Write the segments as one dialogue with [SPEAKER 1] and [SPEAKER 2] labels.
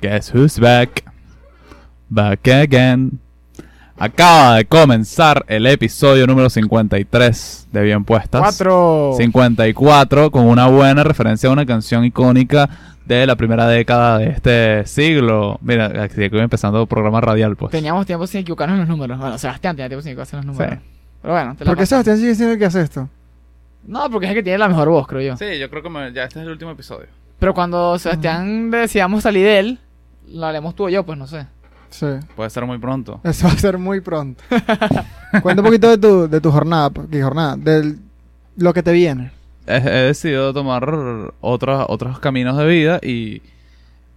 [SPEAKER 1] Guess who's back? Back again. Acaba de comenzar el episodio número 53 de Bien Puestas.
[SPEAKER 2] Cuatro.
[SPEAKER 1] 54 con una buena referencia a una canción icónica de la primera década de este siglo. Mira, aquí estoy empezando programa radial, pues.
[SPEAKER 2] Teníamos tiempo sin equivocarnos en los números. Bueno, Sebastián tenía tiempo sin equivocarse en los
[SPEAKER 1] Sí.
[SPEAKER 2] números. Pero bueno, te la
[SPEAKER 3] ¿Por qué
[SPEAKER 2] paso.
[SPEAKER 3] Sebastián sigue siendo el que hace esto?
[SPEAKER 2] No, porque es el que tiene la mejor voz, creo yo.
[SPEAKER 4] Sí, yo creo que me- ya este es el último episodio.
[SPEAKER 2] Pero cuando Sebastián decidamos salir de él, lo haremos tú o yo, pues no sé.
[SPEAKER 3] Sí.
[SPEAKER 4] Puede ser muy pronto.
[SPEAKER 3] Eso va a ser muy pronto. Cuenta un poquito de tu, de tu jornada, pues, ¿qué jornada? Del lo que te viene.
[SPEAKER 4] He, he decidido tomar otros, otros caminos de vida y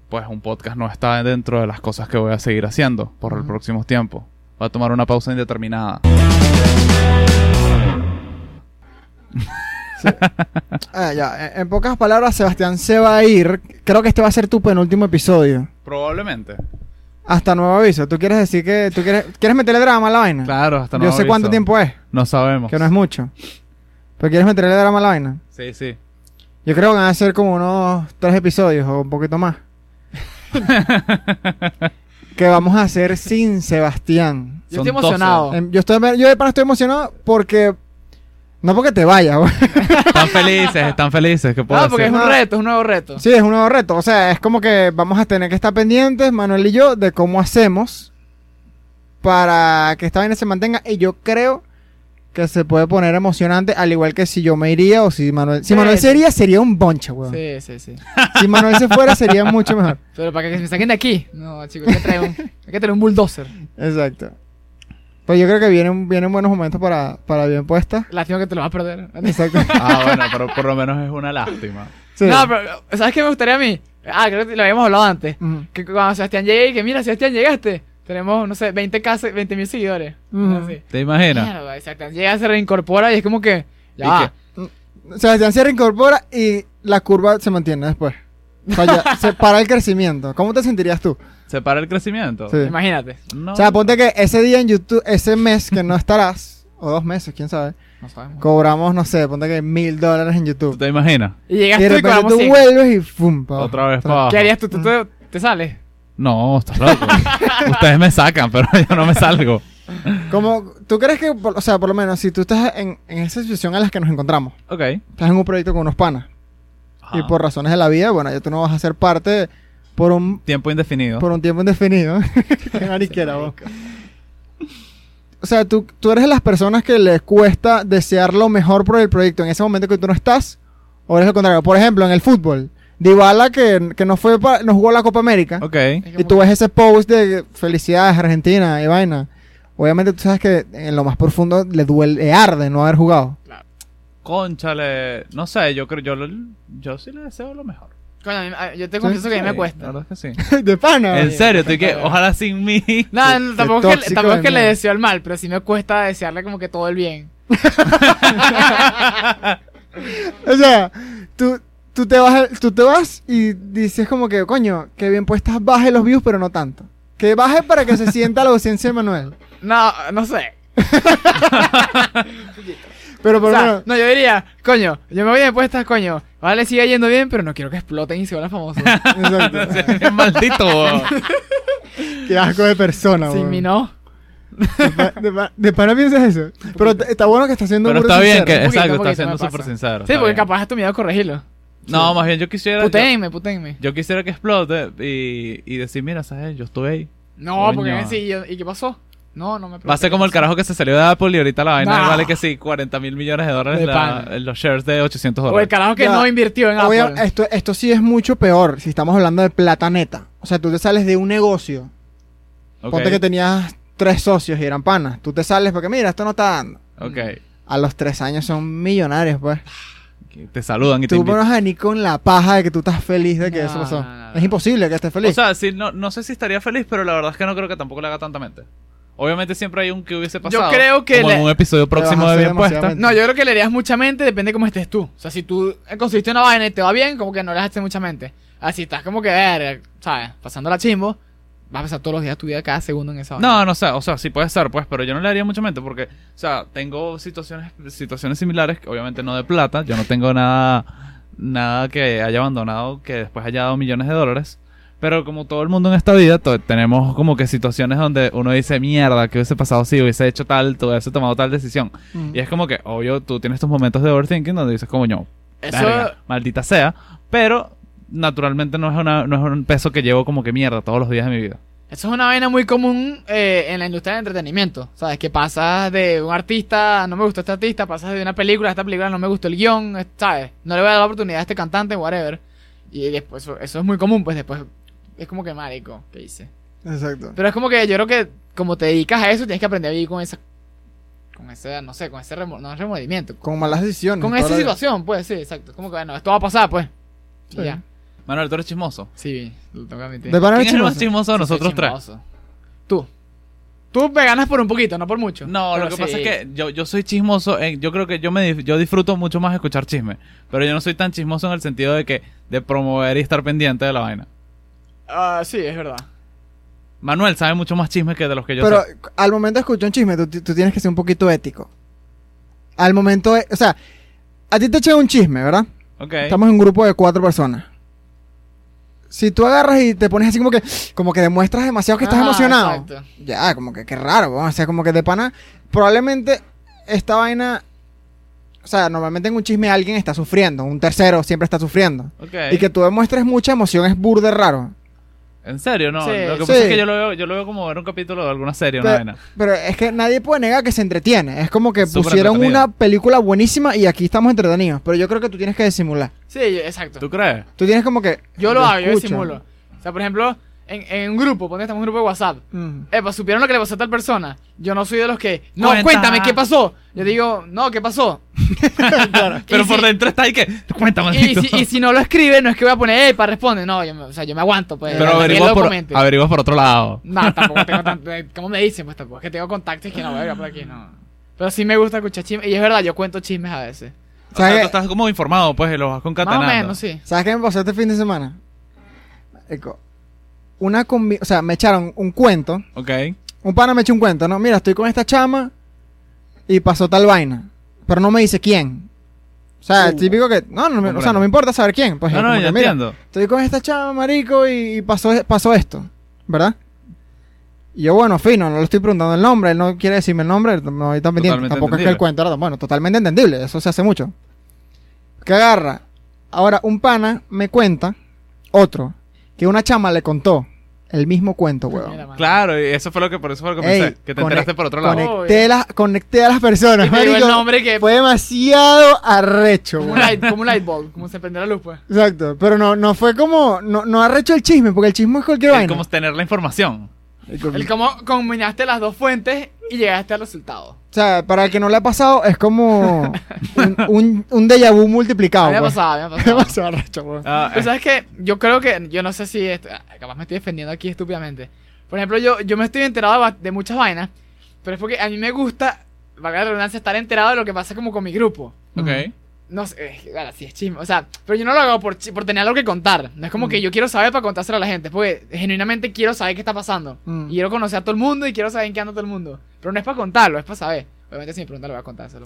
[SPEAKER 4] pues un podcast no está dentro de las cosas que voy a seguir haciendo por el
[SPEAKER 3] Ujú.
[SPEAKER 4] próximo tiempo. Voy a tomar una pausa indeterminada.
[SPEAKER 3] Ah, ya. En, en pocas palabras, Sebastián se va a ir. Creo que este va a ser tu penúltimo episodio.
[SPEAKER 4] Probablemente.
[SPEAKER 3] Hasta nuevo aviso. ¿Tú quieres decir que tú quieres quieres meterle drama a la vaina?
[SPEAKER 4] Claro, hasta
[SPEAKER 3] Yo
[SPEAKER 4] no
[SPEAKER 3] sé cuánto tiempo es,
[SPEAKER 4] No sabemos.
[SPEAKER 3] que no es mucho. Pero quieres meterle drama a la vaina.
[SPEAKER 4] Sí, sí.
[SPEAKER 3] Yo creo que van a ser como unos tres episodios o un poquito más. que vamos a hacer sin Sebastián.
[SPEAKER 2] Yo
[SPEAKER 4] Son
[SPEAKER 2] estoy emocionado.
[SPEAKER 3] Em, Yo estoy, yo de pana estoy emocionado porque no porque te vayas. güey.
[SPEAKER 4] Están felices, están felices. ¿Qué
[SPEAKER 3] Ah,
[SPEAKER 4] puedo
[SPEAKER 2] No, porque es
[SPEAKER 4] decir?
[SPEAKER 2] un reto, es un nuevo reto.
[SPEAKER 3] sí, es un nuevo reto. O sea, es como que vamos a tener que estar pendientes, Manuel y yo, de cómo hacemos para que esta vaina se mantenga. Y yo creo que se puede poner emocionante, al igual que si yo me iría o si Manuel. Si
[SPEAKER 2] Sí,
[SPEAKER 3] Manuel
[SPEAKER 2] sí.
[SPEAKER 3] se iría, sería un bonche, weón.
[SPEAKER 2] Sí, sí, sí.
[SPEAKER 3] Si Manuel se fuera, sería mucho mejor.
[SPEAKER 2] Pero para que me saquen de aquí. No, chicos, hay que traer un, hay que traer un bulldozer.
[SPEAKER 3] Exacto. Pues yo creo que vienen, vienen buenos momentos para, para bien puesta.
[SPEAKER 2] Lástima que te lo vas a perder.
[SPEAKER 3] Exacto.
[SPEAKER 4] Ah, bueno, pero por lo menos es una lástima.
[SPEAKER 3] Sí.
[SPEAKER 2] No, pero ¿sabes qué me gustaría a mí? Ah, creo que lo habíamos hablado antes.
[SPEAKER 3] Ujú.
[SPEAKER 2] Que cuando Sebastián llegue y que mira, Sebastián, llegaste. Tenemos, no sé, 20 casos, 20 mil seguidores.
[SPEAKER 3] Ujú.
[SPEAKER 2] Así.
[SPEAKER 4] ¿Te imaginas?
[SPEAKER 2] Mierda, Sebastián llega, se reincorpora y es como que. Ya
[SPEAKER 4] ¿Y
[SPEAKER 2] va.
[SPEAKER 3] Sebastián se reincorpora y la curva se mantiene después. Falla- se para el crecimiento. ¿Cómo te sentirías tú?
[SPEAKER 4] ¿Se para el crecimiento?
[SPEAKER 3] Sí.
[SPEAKER 2] Imagínate.
[SPEAKER 4] No.
[SPEAKER 3] O sea, ponte que ese día en YouTube, ese mes que no estarás, o dos meses, quién sabe,
[SPEAKER 2] No sabemos.
[SPEAKER 3] cobramos, no sé, ponte que mil dólares en
[SPEAKER 4] ¿Tú
[SPEAKER 3] YouTube.
[SPEAKER 4] te imaginas?
[SPEAKER 2] Y
[SPEAKER 3] Y
[SPEAKER 2] llegaste
[SPEAKER 3] de
[SPEAKER 2] y,
[SPEAKER 3] repente
[SPEAKER 2] cobramos
[SPEAKER 3] tú
[SPEAKER 2] 100.
[SPEAKER 3] vuelves y ¡fum! pa' abajo.
[SPEAKER 4] Otra vez para
[SPEAKER 2] ¿Qué harías tú? ¿Tú, tú- te sales?
[SPEAKER 4] No, estás loco. Ustedes me sacan, pero yo no me salgo.
[SPEAKER 3] Como, ¿Tú crees que, por- o sea, por lo menos, si tú estás en, en esa situación en la que nos encontramos,
[SPEAKER 4] Ok.
[SPEAKER 3] estás en un proyecto con unos panas, y por razones de la vida, bueno, ya tú no vas a ser parte por un,
[SPEAKER 4] Ah, Tiempo indefinido.
[SPEAKER 3] por un tiempo indefinido. Qué mariquera, vos. O sea, tú, tú eres de las personas que les cuesta desear lo mejor por el proyecto en ese momento que tú no estás, o eres lo contrario. Por ejemplo, en el fútbol, Dybala que, que no, fue pa- no jugó la Copa América,
[SPEAKER 4] Ok.
[SPEAKER 2] Es
[SPEAKER 3] y
[SPEAKER 2] como
[SPEAKER 3] tú ves ese post de felicidades Argentina y vaina. Obviamente tú sabes que en lo más profundo le duele, le arde no haber jugado.
[SPEAKER 4] Conchale. No sé, yo creo, yo, lo- yo sí le deseo lo mejor.
[SPEAKER 2] que, coño, a mí- a- yo te confieso que a mí me
[SPEAKER 4] Sí,
[SPEAKER 2] cuesta.
[SPEAKER 4] La verdad es que sí.
[SPEAKER 3] de pana.
[SPEAKER 4] En
[SPEAKER 2] sí,
[SPEAKER 4] serio,
[SPEAKER 2] me
[SPEAKER 4] estoy que,
[SPEAKER 2] cuesta.
[SPEAKER 4] ojalá sin mí.
[SPEAKER 2] No,
[SPEAKER 3] Qué-
[SPEAKER 2] no,
[SPEAKER 3] qué
[SPEAKER 2] tampoco, es que, le-
[SPEAKER 3] tóxico
[SPEAKER 2] tampoco es
[SPEAKER 3] de
[SPEAKER 2] que le
[SPEAKER 3] mierda.
[SPEAKER 2] deseo el mal, pero sí me cuesta desearle como que todo el bien.
[SPEAKER 3] O sea, tú, tú, te vas, tú te vas y dices como que, coño, que bien puestas baje los views, pero no tanto. Que baje para que se sienta la ausencia de Manuel.
[SPEAKER 2] No, no sé.
[SPEAKER 3] Pero
[SPEAKER 2] O
[SPEAKER 3] por lo
[SPEAKER 2] sea,
[SPEAKER 3] menos...
[SPEAKER 2] no, yo diría, coño, yo me voy de puestas, coño. Vale, sigue yendo bien, pero no quiero que exploten y se vuelvan famosos.
[SPEAKER 3] Exacto.
[SPEAKER 4] Es maldito. bo.
[SPEAKER 3] Qué asco de persona,
[SPEAKER 2] Sin
[SPEAKER 3] weón.
[SPEAKER 2] mí no.
[SPEAKER 3] De, pa- de pa- de pana piensas eso. Pero t- está bueno que está haciendo
[SPEAKER 4] Pero
[SPEAKER 3] burda
[SPEAKER 4] está bien
[SPEAKER 3] sincero.
[SPEAKER 4] que,
[SPEAKER 2] Un poquito,
[SPEAKER 4] exacto,
[SPEAKER 2] un poquito
[SPEAKER 4] está siendo
[SPEAKER 2] me pasa.
[SPEAKER 4] súper sincero.
[SPEAKER 2] Sí,
[SPEAKER 4] está
[SPEAKER 2] porque
[SPEAKER 4] bien.
[SPEAKER 2] capaz eh. es tu miedo corregirlo.
[SPEAKER 4] No, más bien yo quisiera. Yo,
[SPEAKER 2] Putéenme, putéenme.
[SPEAKER 4] yo quisiera que explote y, y decir, mira, sabes, yo estuve ahí.
[SPEAKER 2] No,
[SPEAKER 4] Coño.
[SPEAKER 2] porque sí, yo- ¿y qué pasó? No, no me
[SPEAKER 4] Va a ser como el carajo que se salió de Apple y ahorita la vaina
[SPEAKER 2] Nah.
[SPEAKER 4] vale que sí, 40 mil millones de dólares
[SPEAKER 2] De
[SPEAKER 4] la-
[SPEAKER 2] pana.
[SPEAKER 4] los shares de 800
[SPEAKER 2] O el
[SPEAKER 4] dólares.
[SPEAKER 2] carajo que
[SPEAKER 3] Ya.
[SPEAKER 2] no invirtió en Apple.
[SPEAKER 3] Obvio, esto, esto sí es mucho peor si estamos hablando de plata neta. O sea, tú te sales de un negocio.
[SPEAKER 4] Ok,
[SPEAKER 3] Ponte que tenías tres socios y eran panas. Tú te sales porque, mira, esto no está dando.
[SPEAKER 4] ok.
[SPEAKER 3] A los tres años son millonarios, pues.
[SPEAKER 4] Que Te saludan y te
[SPEAKER 3] Tú no
[SPEAKER 4] invitan.
[SPEAKER 3] vas a ni con la paja de que tú estás feliz de que
[SPEAKER 2] No,
[SPEAKER 3] eso pasó.
[SPEAKER 2] no, no, no.
[SPEAKER 3] Es imposible que estés feliz.
[SPEAKER 4] O sea, sí, no, no sé si estaría feliz, pero la verdad es que no creo que tampoco le haga tanta mente. Obviamente siempre hay un que hubiese pasado.
[SPEAKER 2] creo que
[SPEAKER 4] Como en
[SPEAKER 2] le-
[SPEAKER 4] un episodio próximo
[SPEAKER 3] vas a
[SPEAKER 4] de
[SPEAKER 3] hacer
[SPEAKER 4] Bien Puesta.
[SPEAKER 3] demasiadamente.
[SPEAKER 2] No, yo creo que le harías mucha mente, depende de cómo estés tú. O sea, si tú conseguiste una vaina y te va bien, como que no le haces mucha mente. Así estás como que, ver, ¿sabes? Pasando la chimbo, vas a pasar todos los días tu vida cada segundo en esa vaina.
[SPEAKER 4] No, no sé, o sea, sí puede ser, pues, pero yo no le haría mucha mente porque, o sea, tengo situaciones, situaciones similares, que obviamente no de plata, yo no tengo nada, nada que haya abandonado que después haya dado millones de dólares, Pero como todo el mundo en esta vida, to- tenemos como que situaciones donde uno dice, mierda, ¿qué hubiese pasado si hubiese hecho tal, tú hubiese tomado tal decisión?
[SPEAKER 3] Mm.
[SPEAKER 4] Y es como que, obvio, tú tienes tus momentos de overthinking donde dices, como yo,
[SPEAKER 2] Eso,
[SPEAKER 4] maldita sea, pero naturalmente no es, una, no es un peso que llevo como que mierda todos los días de mi vida.
[SPEAKER 2] eso es una vaina muy común eh, en la industria del entretenimiento. ¿Sabes? Que pasas de un artista, no me gustó este artista, pasas de una película, esta película no me gustó el guión, eh, ¿sabes? No le voy a dar la oportunidad a este cantante, whatever. Y después, eso, eso es muy común, pues después es como que marico, ¿qué hice?
[SPEAKER 3] Exacto.
[SPEAKER 2] Pero es como que yo creo que como te dedicas a eso, tienes que aprender a vivir con esa. Con ese, no sé, con ese remo- no, remordimiento.
[SPEAKER 3] Con malas decisiones.
[SPEAKER 2] Con
[SPEAKER 3] toda
[SPEAKER 2] esa
[SPEAKER 3] la-
[SPEAKER 2] situación, pues sí, exacto. Como que bueno, esto va a pasar, pues. Y
[SPEAKER 3] Sí.
[SPEAKER 2] ya.
[SPEAKER 4] Manuel, tú eres chismoso.
[SPEAKER 2] Sí, lo tengo que admitir.
[SPEAKER 3] De pana
[SPEAKER 4] ¿Quién es el
[SPEAKER 3] chimoso.
[SPEAKER 4] más chismoso de
[SPEAKER 2] Sí, soy
[SPEAKER 4] nosotros tres?
[SPEAKER 2] chismoso. Tú. Tú me ganas por un poquito, no por mucho.
[SPEAKER 4] No, lo
[SPEAKER 2] Pero
[SPEAKER 4] que
[SPEAKER 2] sí.
[SPEAKER 4] pasa es que yo, yo soy chismoso. en- yo creo que yo me dif- yo disfruto mucho más escuchar chisme. Pero yo no soy tan chismoso en el sentido de que de promover y estar pendiente de la vaina.
[SPEAKER 2] Ah, sí, es verdad.
[SPEAKER 4] Manuel sabe mucho más chisme que de los que yo
[SPEAKER 3] Pero
[SPEAKER 4] sé.
[SPEAKER 3] al momento de escuchar un chisme, tú, tú tienes que ser un poquito ético. Al momento, de- o sea, a ti te echan un chisme, ¿verdad?
[SPEAKER 4] Ok.
[SPEAKER 3] Estamos en un grupo de cuatro personas. Si tú agarras y te pones así como que, como que demuestras demasiado que estás
[SPEAKER 2] Ajá,
[SPEAKER 3] emocionado.
[SPEAKER 2] exacto.
[SPEAKER 3] Ya, como que qué raro, weón. o sea, como que de pana. Probablemente esta vaina, o sea, normalmente en un chisme alguien está sufriendo, un tercero siempre está sufriendo.
[SPEAKER 4] ok.
[SPEAKER 3] Y que tú demuestres mucha emoción es burde raro.
[SPEAKER 4] En serio, no.
[SPEAKER 2] Sí,
[SPEAKER 4] lo que
[SPEAKER 3] sí.
[SPEAKER 4] pasa es que yo lo, veo, yo lo veo como ver un capítulo de alguna serie, una
[SPEAKER 3] Pero,
[SPEAKER 4] vaina.
[SPEAKER 3] pero es que nadie puede negar que se entretiene. Es como que
[SPEAKER 4] Súper
[SPEAKER 3] pusieron
[SPEAKER 4] entretenido.
[SPEAKER 3] una película buenísima y aquí estamos entretenidos. Pero yo creo que tú tienes que disimular.
[SPEAKER 2] Sí, yo- exacto.
[SPEAKER 4] ¿Tú crees?
[SPEAKER 3] Tú tienes como que.
[SPEAKER 2] Yo lo hago, yo
[SPEAKER 3] escucho.
[SPEAKER 2] disimulo. O sea, por ejemplo, en, en un grupo, ponte estamos en un grupo de WhatsApp.
[SPEAKER 3] Mm.
[SPEAKER 2] Epa, ¿supieron lo que le pasó a tal persona? Yo no soy de los que. No,
[SPEAKER 4] Cuenta.
[SPEAKER 2] cuéntame, ¿qué pasó? Yo digo, no, ¿qué pasó? Y
[SPEAKER 4] Pero por
[SPEAKER 2] si-
[SPEAKER 4] dentro está ahí que. Cuéntame,
[SPEAKER 2] Y
[SPEAKER 4] maldito.
[SPEAKER 2] si, y si no lo escribe, no es que voy a poner, eh, para responde. No, yo me, o sea, yo me aguanto, pues.
[SPEAKER 4] Pero
[SPEAKER 2] hasta que él
[SPEAKER 4] averiguas
[SPEAKER 2] lo
[SPEAKER 4] por,
[SPEAKER 2] comente.
[SPEAKER 4] averiguas por otro lado.
[SPEAKER 2] No, tampoco tengo tanto. eh, ¿Cómo me dicen? Pues tampoco es que tengo contactos que no voy a abrir por aquí, no. Pero sí me gusta escuchar chismes. Y es verdad, yo cuento chismes a veces.
[SPEAKER 4] O sea,
[SPEAKER 3] ¿Sabes
[SPEAKER 4] tú
[SPEAKER 3] qué?
[SPEAKER 4] estás como informado, pues, y lo vas concatenando.
[SPEAKER 2] eh, Más o menos, sí.
[SPEAKER 3] ¿Sabes qué me pasó este fin de semana? Marico, Una combi- O sea, me echaron un cuento.
[SPEAKER 4] Ok.
[SPEAKER 3] Un pana me echó un cuento, ¿no? Mira, estoy con esta chama y pasó tal vaina. Pero no me dice quién. O sea, el
[SPEAKER 4] Uh.
[SPEAKER 3] típico que. No, no, me- o sea,
[SPEAKER 4] Comprendo.
[SPEAKER 3] no me importa saber quién. Pues,
[SPEAKER 4] No,
[SPEAKER 3] como
[SPEAKER 4] no,
[SPEAKER 3] que,
[SPEAKER 4] yo
[SPEAKER 3] mira,
[SPEAKER 4] entiendo.
[SPEAKER 3] estoy con esta chama, marico, y, y pasó, pasó esto, ¿verdad? Y yo, bueno, fino, no le estoy preguntando el nombre, él no quiere decirme el nombre, no estoy tan pendiente.
[SPEAKER 4] Totalmente
[SPEAKER 3] Tampoco es que
[SPEAKER 4] entendible.
[SPEAKER 3] el cuento era, bueno, totalmente entendible, eso se hace mucho. Que agarra. Ahora, un pana me cuenta, otro, que una chama le contó el mismo cuento, huevón.
[SPEAKER 2] Mira, mano.
[SPEAKER 4] Claro, y eso fue lo que por eso fue lo que
[SPEAKER 3] Ey, e-
[SPEAKER 4] pensé, que te
[SPEAKER 3] conec-
[SPEAKER 4] enteraste por otro lado.
[SPEAKER 3] Conecté, las- conecté a las personas,
[SPEAKER 2] Y te digo el
[SPEAKER 3] marico.
[SPEAKER 2] nombre que.
[SPEAKER 3] Fue demasiado arrecho,
[SPEAKER 2] Como un,
[SPEAKER 3] güey.
[SPEAKER 2] light, como un light bulb, como se prende la luz, pues.
[SPEAKER 3] Exacto, pero no, no fue como, no, no arrecho el chisme, porque el chisme es cualquier
[SPEAKER 4] Es
[SPEAKER 3] vaina.
[SPEAKER 4] como tener la información.
[SPEAKER 2] El cómo combinaste las dos fuentes y llegaste al resultado.
[SPEAKER 3] O sea, para el que no le ha pasado, es como un, un, un déjà vu multiplicado.
[SPEAKER 2] a mí me ha
[SPEAKER 3] pues.
[SPEAKER 2] pasado, a mí me ha pasado.
[SPEAKER 3] Demasiado arrecho, güey.
[SPEAKER 4] Ah,
[SPEAKER 2] Pero sabes que yo creo que, yo no sé si, esto- ah, capaz me estoy defendiendo aquí estúpidamente. Por ejemplo, yo, yo me estoy enterado de, ba- de muchas vainas, pero es porque a mí me gusta, valga la redundancia, estar enterado de lo que pasa como con mi grupo.
[SPEAKER 4] ok.
[SPEAKER 2] No sé, eh, claro, sí es chisme, o sea, pero yo no lo hago por, chi- por tener algo que contar. No es como
[SPEAKER 3] Mm.
[SPEAKER 2] que yo quiero saber para contárselo a la gente, es porque genuinamente quiero saber qué está pasando.
[SPEAKER 3] Mm.
[SPEAKER 2] Y quiero conocer a todo el mundo y quiero saber en qué anda todo el mundo. Pero no es para contarlo, es para saber. Obviamente si me preguntan lo voy a contárselo.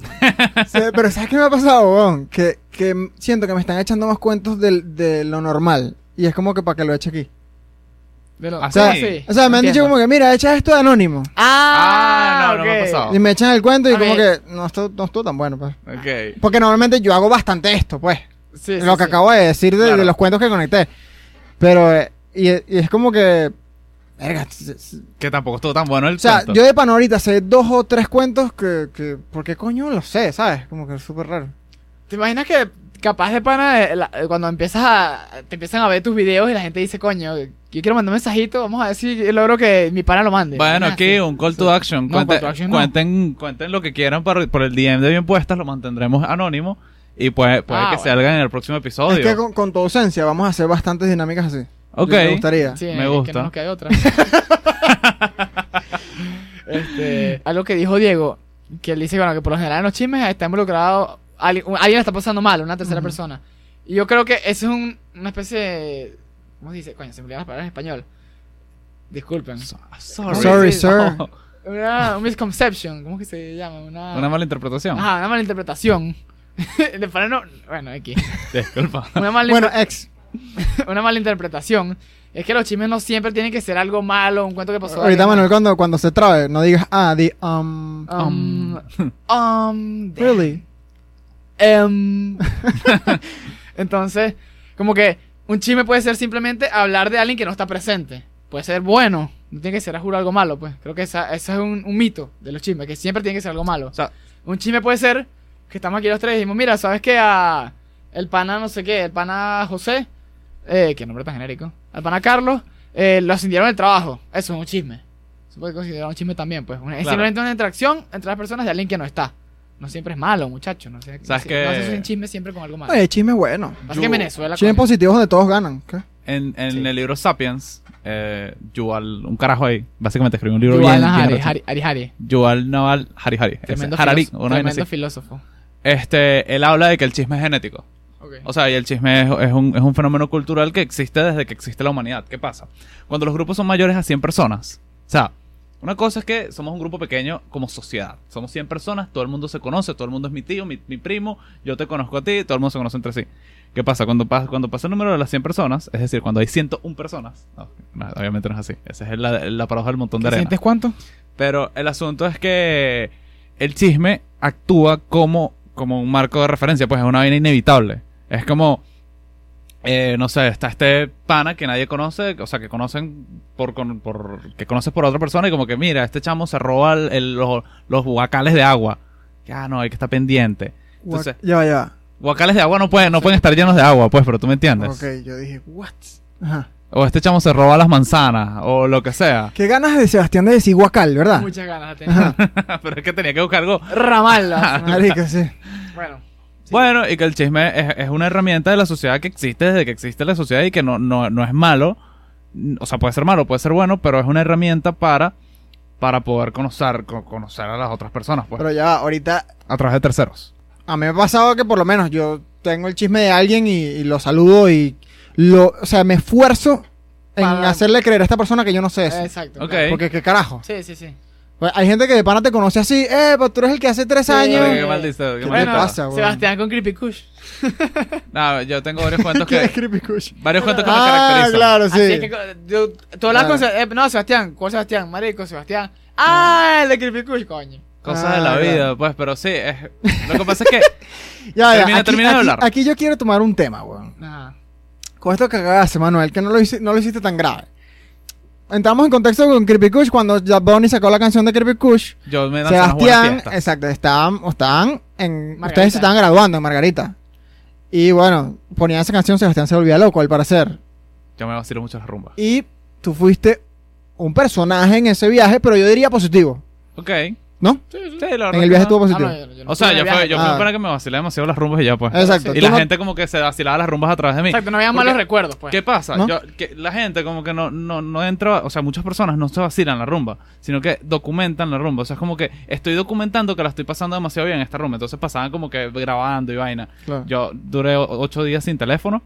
[SPEAKER 3] Sí, pero ¿sabes qué me ha pasado, güey? Que, que siento que me están echando más cuentos del- de, lo normal. Y es como que para que lo eche aquí.
[SPEAKER 2] Pero-
[SPEAKER 4] Ah,
[SPEAKER 3] O sea,
[SPEAKER 4] sí.
[SPEAKER 3] o sea, me han dicho
[SPEAKER 2] Entiendo.
[SPEAKER 3] como que, mira, echa esto de anónimo.
[SPEAKER 2] Ah,
[SPEAKER 4] Ah, no, no me ha
[SPEAKER 2] ok.
[SPEAKER 4] pasado.
[SPEAKER 3] Y me echan el cuento y
[SPEAKER 2] A
[SPEAKER 3] como
[SPEAKER 2] ver.
[SPEAKER 3] que, no, esto no estuvo tan bueno, pues.
[SPEAKER 4] Ok.
[SPEAKER 3] Porque normalmente yo hago bastante esto, pues.
[SPEAKER 2] Sí, sí,
[SPEAKER 3] lo que
[SPEAKER 2] sí.
[SPEAKER 3] acabo de decir de, de
[SPEAKER 4] Claro.
[SPEAKER 3] los cuentos que conecté. Pero, eh, y, y es como que. Verga, se- se-
[SPEAKER 4] Que tampoco estuvo tan bueno el
[SPEAKER 3] o sea,
[SPEAKER 4] cuento.
[SPEAKER 3] yo de pan ahorita sé dos o tres cuentos que, que. ¿Por qué coño lo sé, sabes? Como que es súper raro.
[SPEAKER 2] ¿Te imaginas que capaz de pana eh, la- eh, cuando empiezas a te empiezan a ver tus videos y la gente dice, "Coño, yo quiero mandar un mensajito, vamos a ver si logro que mi pana lo mande."
[SPEAKER 4] Bueno,
[SPEAKER 2] Ah,
[SPEAKER 4] aquí
[SPEAKER 2] sí.
[SPEAKER 4] un call to action.
[SPEAKER 2] No,
[SPEAKER 4] Cuente-
[SPEAKER 2] call to action no.
[SPEAKER 4] cuenten, cuenten lo que quieran por, por el DM de Bien Puestas, lo mantendremos anónimo y puede, puede
[SPEAKER 2] Ah,
[SPEAKER 4] que
[SPEAKER 2] bueno.
[SPEAKER 4] salgan en el próximo episodio.
[SPEAKER 3] Es que con, con tu ausencia vamos a hacer bastantes dinámicas así.
[SPEAKER 4] ok.
[SPEAKER 3] Me gustaría.
[SPEAKER 2] Sí,
[SPEAKER 4] me
[SPEAKER 2] es que
[SPEAKER 4] gusta.
[SPEAKER 2] no nos queda otra. este, algo que dijo Diego, que él dice, bueno, que por lo general en los chismes está involucrado alguien, un- alguien la está pasando mal, una tercera
[SPEAKER 3] Ujú.
[SPEAKER 2] persona. Y yo creo que eso es un- una especie de ¿cómo se dice? Coño, se me olvidan las palabras en español. Disculpen.
[SPEAKER 4] So- sorry.
[SPEAKER 3] Sorry,
[SPEAKER 2] Sí.
[SPEAKER 3] sir.
[SPEAKER 4] Oh,
[SPEAKER 2] Una, un misconception, ¿cómo que se llama? Una,
[SPEAKER 4] una mala interpretación.
[SPEAKER 2] Ajá, una mala interpretación. De pana no- bueno, aquí.
[SPEAKER 4] Disculpa.
[SPEAKER 2] Una mala,
[SPEAKER 3] Bueno, ex.
[SPEAKER 2] una mala interpretación Es que los chismes no siempre tienen que ser algo malo, un cuento que pasó.
[SPEAKER 3] Ahorita,
[SPEAKER 2] algo.
[SPEAKER 3] Manuel, cuando, cuando se trabe, no digas, ah, di, um,
[SPEAKER 2] Um, um, damn.
[SPEAKER 3] really.
[SPEAKER 2] Em. Entonces, como que un chisme puede ser simplemente hablar de alguien que no está presente. Puede ser bueno, no tiene que ser a juro algo malo, pues. Creo que esa, ese es un, un mito de los chismes, que siempre tiene que ser algo malo.
[SPEAKER 4] O sea-
[SPEAKER 2] un chisme puede ser que estamos aquí los tres y dijimos, mira, ¿sabes qué? A el pana no sé qué, el pana José, eh, que nombre tan genérico, al pana Carlos, eh, lo ascendieron del trabajo. Eso es un chisme. Se puede considerar un chisme también, pues. Una- Es
[SPEAKER 4] Claro.
[SPEAKER 2] simplemente una interacción entre las personas de alguien que no está. No siempre es malo, muchachos. No sé.
[SPEAKER 4] ¿Sabes
[SPEAKER 2] no
[SPEAKER 4] qué?
[SPEAKER 2] No se hacen chismes siempre con algo malo.
[SPEAKER 3] Oye, chisme bueno.
[SPEAKER 2] Pasa que
[SPEAKER 4] yo-
[SPEAKER 2] en Venezuela.
[SPEAKER 3] Chisme
[SPEAKER 2] coño,
[SPEAKER 3] positivo donde todos ganan. ¿qué?
[SPEAKER 4] En, en
[SPEAKER 2] Sí.
[SPEAKER 4] el libro Sapiens, eh, Yuval, un carajo ahí, básicamente escribió un libro
[SPEAKER 2] Yuval
[SPEAKER 4] bien, bien
[SPEAKER 2] Harari,
[SPEAKER 4] arrecho.
[SPEAKER 2] Harari, Harari.
[SPEAKER 4] Yuval Naval Hari Hari. ese,
[SPEAKER 2] Tremendo,
[SPEAKER 4] Harari,
[SPEAKER 2] filósofo,
[SPEAKER 4] una vaina
[SPEAKER 2] tremendo
[SPEAKER 4] así.
[SPEAKER 2] filósofo.
[SPEAKER 4] Este, él habla de que el chisme es genético. O sea, y el chisme es, es un, es un fenómeno cultural que existe desde que existe la humanidad. ¿Qué pasa? Cuando los grupos son mayores a 100 personas. O sea, una cosa es que somos un grupo pequeño como sociedad. Somos 100 personas, todo el mundo se conoce, todo el mundo es mi tío, mi, mi primo, yo te conozco a ti, todo el mundo se conoce entre sí. ¿Qué pasa? Cuando, pasa? cuando pasa el número de las 100 personas, es decir, cuando hay 101 personas. No, no, obviamente no es así. Esa es la, la paradoja del montón de
[SPEAKER 2] ¿Te
[SPEAKER 4] arena.
[SPEAKER 2] sientes cuánto?
[SPEAKER 4] Pero el asunto es que el chisme actúa como, como un marco de referencia, pues es una vaina inevitable. Es como, eh, no sé, está este pana que nadie conoce, o sea, que conocen por, con- por que conoces por otra persona y como que mira, este chamo se roba el- el- los, los guacales de agua. Que, Ah, no, hay que estar pendiente. Entonces-
[SPEAKER 3] Guac- ya, va, ya. va.
[SPEAKER 4] Guacales de agua no pueden, no pueden estar llenos de agua, pues, pero tú me entiendes.
[SPEAKER 3] Ok, yo dije, what? Ajá.
[SPEAKER 4] O este chamo se roba las manzanas, o lo que sea.
[SPEAKER 3] Qué ganas de Sebastián de decir guacal, ¿verdad?
[SPEAKER 2] Muchas ganas de tener.
[SPEAKER 3] Ajá.
[SPEAKER 4] pero es que tenía que buscar algo
[SPEAKER 2] Ramalda.
[SPEAKER 3] Ah, Marica, sí.
[SPEAKER 2] bueno. Sí.
[SPEAKER 4] Bueno, y que el chisme es, es una herramienta de la sociedad que existe desde que existe la sociedad y que no, no, no es malo. Mm, O sea, puede ser malo, puede ser bueno, pero es una herramienta para, para poder conocer, co- conocer a las otras personas, pues,
[SPEAKER 3] Pero ya, va, ahorita
[SPEAKER 4] a través de terceros.
[SPEAKER 3] A mí me ha pasado que por lo menos yo tengo el chisme de alguien y, y lo saludo y lo, o sea, me esfuerzo en
[SPEAKER 2] Para-
[SPEAKER 3] hacerle creer a esta persona que yo no sé eso.
[SPEAKER 2] Eh, Exacto.
[SPEAKER 4] Ok.
[SPEAKER 2] claro.
[SPEAKER 3] Porque qué carajo.
[SPEAKER 2] Sí, sí, sí.
[SPEAKER 3] Pues hay gente que de pana te conoce así, eh, pero tú eres el que hace tres
[SPEAKER 2] Sí.
[SPEAKER 4] Pero qué
[SPEAKER 3] años.
[SPEAKER 2] Bueno,
[SPEAKER 4] maldito, qué
[SPEAKER 3] ¿Qué
[SPEAKER 4] maldito.
[SPEAKER 3] te pasa, weón?
[SPEAKER 2] Sebastián con Creepy Kush.
[SPEAKER 4] No, yo tengo varios cuentos
[SPEAKER 3] ¿Quién es
[SPEAKER 4] que,
[SPEAKER 3] Creepy Kush?
[SPEAKER 4] varios cuentos que me
[SPEAKER 3] Ah,
[SPEAKER 4] caracterizan.
[SPEAKER 3] claro,
[SPEAKER 2] Así es que
[SPEAKER 3] sí.
[SPEAKER 2] co- yo, tú hablas con
[SPEAKER 3] Claro.
[SPEAKER 2] Se- eh, no, Sebastián, ¿cuál Sebastián? Marico, Sebastián. Ah, el de Creepy Kush, coño.
[SPEAKER 4] Cosas de la
[SPEAKER 3] Ah,
[SPEAKER 4] vida,
[SPEAKER 3] claro.
[SPEAKER 4] pues, pero sí, es- lo que pasa es que
[SPEAKER 3] Ya, ya,
[SPEAKER 4] Termina-
[SPEAKER 3] aquí,
[SPEAKER 4] termina de
[SPEAKER 3] aquí-
[SPEAKER 4] hablar.
[SPEAKER 3] aquí yo quiero tomar un tema, weón.
[SPEAKER 2] Ajá.
[SPEAKER 3] Con esto que cagaste, Manuel, que no lo, hici- no lo hiciste tan grave. Entramos en contexto con Creepy Kush cuando Jad Bunny sacó la canción de Creepy Kush.
[SPEAKER 4] yo me lanzo unas buenas
[SPEAKER 3] Sebastián,
[SPEAKER 4] fiestas.
[SPEAKER 3] exacto, estaban, o estaban en,
[SPEAKER 2] Margarita.
[SPEAKER 3] ustedes se estaban graduando en Margarita. Y bueno, ponían esa canción, Sebastián se volvía loco al parecer.
[SPEAKER 4] Yo me vacilo mucho las rumbas.
[SPEAKER 3] Y tú fuiste un personaje en ese viaje, pero yo diría positivo,
[SPEAKER 4] Ok.
[SPEAKER 3] ¿no?
[SPEAKER 2] Sí, sí.
[SPEAKER 4] Sí, la verdad
[SPEAKER 3] En el
[SPEAKER 4] que
[SPEAKER 3] viaje
[SPEAKER 4] no.
[SPEAKER 3] estuvo positivo.
[SPEAKER 2] Ah, no, yo no
[SPEAKER 4] O sea,
[SPEAKER 2] estuve
[SPEAKER 4] yo
[SPEAKER 2] en el
[SPEAKER 4] fui,
[SPEAKER 2] viaje.
[SPEAKER 4] yo fui
[SPEAKER 3] Ah.
[SPEAKER 4] para que me vacilé demasiado las rumbas y ya, pues.
[SPEAKER 3] Exacto.
[SPEAKER 4] Y
[SPEAKER 3] tú
[SPEAKER 4] la
[SPEAKER 3] no-
[SPEAKER 4] gente como que se vacilaba las rumbas a través de mí.
[SPEAKER 2] Exacto, no había
[SPEAKER 4] Porque-
[SPEAKER 2] malos recuerdos, pues.
[SPEAKER 4] ¿Qué pasa?
[SPEAKER 3] ¿No?
[SPEAKER 4] Yo- que la gente como que no, no, no entra, o sea, muchas personas no se vacilan la rumba, sino que documentan la rumba. O sea, es como que estoy documentando que la estoy pasando demasiado bien en esta rumba. Entonces pasaban como que grabando y vaina.
[SPEAKER 3] Claro.
[SPEAKER 4] Yo duré o- ocho días sin teléfono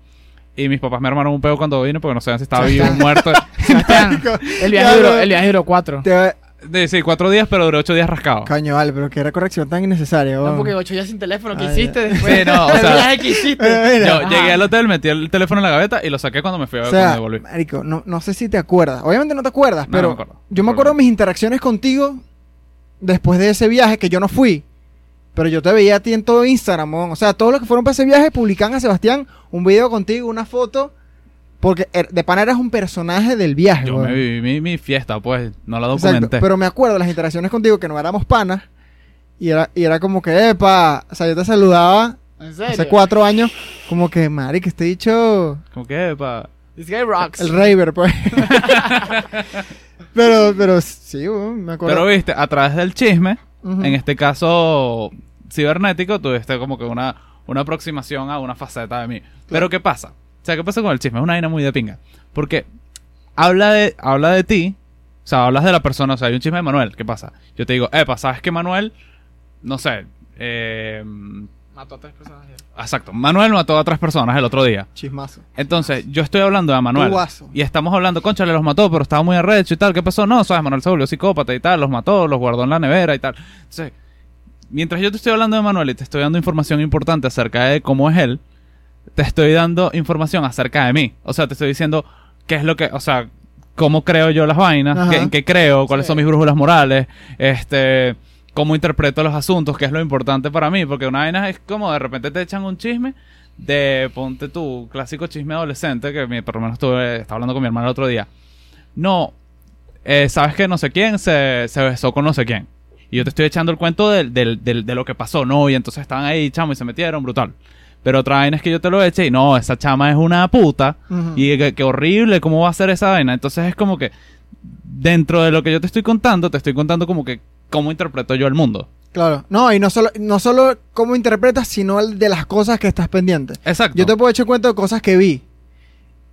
[SPEAKER 4] y mis papás me armaron un peo cuando vine porque no sabían si estaba
[SPEAKER 3] Sí,
[SPEAKER 4] vivo o
[SPEAKER 3] está.
[SPEAKER 4] muerto.
[SPEAKER 2] Sebastián, el viaje
[SPEAKER 3] Ya,
[SPEAKER 2] duró,
[SPEAKER 3] no.
[SPEAKER 2] el viaje duró cuatro.
[SPEAKER 3] Te-
[SPEAKER 4] Sí, sí, cuatro días, pero duré ocho días rascado.
[SPEAKER 3] Caño, vale, pero que era corrección tan innecesaria.
[SPEAKER 2] No,
[SPEAKER 3] weón.
[SPEAKER 2] porque ocho días sin teléfono, ¿qué
[SPEAKER 3] Ah,
[SPEAKER 2] hiciste
[SPEAKER 3] ya.
[SPEAKER 2] después?
[SPEAKER 4] Sí, no, o
[SPEAKER 2] el
[SPEAKER 4] sea-
[SPEAKER 2] viaje que hiciste.
[SPEAKER 3] Mira,
[SPEAKER 4] Yo
[SPEAKER 2] Ajá.
[SPEAKER 4] llegué al hotel, metí el teléfono en la gaveta y lo saqué cuando me fui a
[SPEAKER 3] o
[SPEAKER 4] ver
[SPEAKER 3] sea,
[SPEAKER 4] cuando me volví.
[SPEAKER 3] marico, no, no sé si te acuerdas. Obviamente no te acuerdas,
[SPEAKER 4] No,
[SPEAKER 3] pero
[SPEAKER 4] no me acuerdo.
[SPEAKER 3] yo me acuerdo mis interacciones contigo después de ese viaje que yo no fui. Pero yo te veía a ti en todo Instagram, mon. o sea, todos los que fueron para ese viaje publican a Sebastián un video contigo, una foto, porque er- de pana eras un personaje del viaje.
[SPEAKER 4] Yo
[SPEAKER 3] weón.
[SPEAKER 4] me viví mi, mi fiesta, pues, no la
[SPEAKER 3] Exacto,
[SPEAKER 4] documenté.
[SPEAKER 3] Pero me acuerdo las interacciones contigo que no éramos panas y era, y era como que, epa, o sea, yo te saludaba
[SPEAKER 2] ¿En
[SPEAKER 3] hace
[SPEAKER 2] serio?
[SPEAKER 3] cuatro años, como que, Mari, que este dicho
[SPEAKER 4] Como que, epa.
[SPEAKER 2] This guy rocks.
[SPEAKER 3] El Raver, pues. pero, pero sí, weón, me acuerdo.
[SPEAKER 4] Pero viste, a través del chisme,
[SPEAKER 3] Ujú.
[SPEAKER 4] en este caso cibernético, tuviste como que una, una aproximación a una faceta de mí. Pero ¿qué pasa? O sea, ¿qué pasa con el chisme? Es una vaina muy de pinga. Porque habla de, habla de ti, o sea, hablas de la persona, o sea, hay un chisme de Manuel, ¿qué pasa? Yo te digo, epa, ¿sabes que Manuel? No sé, eh,
[SPEAKER 2] Mató a tres personas.
[SPEAKER 4] exacto, Manuel mató a otras personas el otro día.
[SPEAKER 3] Chismazo.
[SPEAKER 4] Entonces, yo estoy hablando de Manuel.
[SPEAKER 3] Tubazo.
[SPEAKER 4] Y estamos hablando, concha, le los mató, pero estaba muy arrecho y tal. ¿Qué pasó? No, sabes, Manuel se volvió psicópata y tal, los mató, los guardó en la nevera y tal. Entonces, mientras yo te estoy hablando de Manuel y te estoy dando información importante acerca de cómo es él, te estoy dando información acerca de mí. O sea, te estoy diciendo, qué es lo que, o sea, cómo creo yo las vainas,
[SPEAKER 3] Ajá.
[SPEAKER 4] qué, en qué creo, cuáles
[SPEAKER 2] Sí.
[SPEAKER 4] son mis brújulas morales, este, cómo interpreto los asuntos, qué es lo importante para mí, porque una vaina es como de repente te echan un chisme de, ponte tu clásico chisme adolescente, que mi, por lo menos estuve, estaba hablando con mi hermano el otro día. No, eh, sabes que no sé quién se, se besó con no sé quién. Y yo te estoy echando el cuento del- del- del- de lo que pasó, ¿no? Y entonces estaban ahí, chamo, y se metieron, brutal. Pero otra vaina es que yo te lo eche y no, esa chama es una puta.
[SPEAKER 3] Ujú.
[SPEAKER 4] Y que, que horrible, ¿cómo va a ser esa vaina? Entonces es como que dentro de lo que yo te estoy contando, te estoy contando como que cómo interpreto yo el mundo.
[SPEAKER 3] Claro. No, y no solo, no solo cómo interpretas, sino el de las cosas que estás pendiente.
[SPEAKER 4] Exacto.
[SPEAKER 3] Yo te puedo echar cuenta de cosas que vi.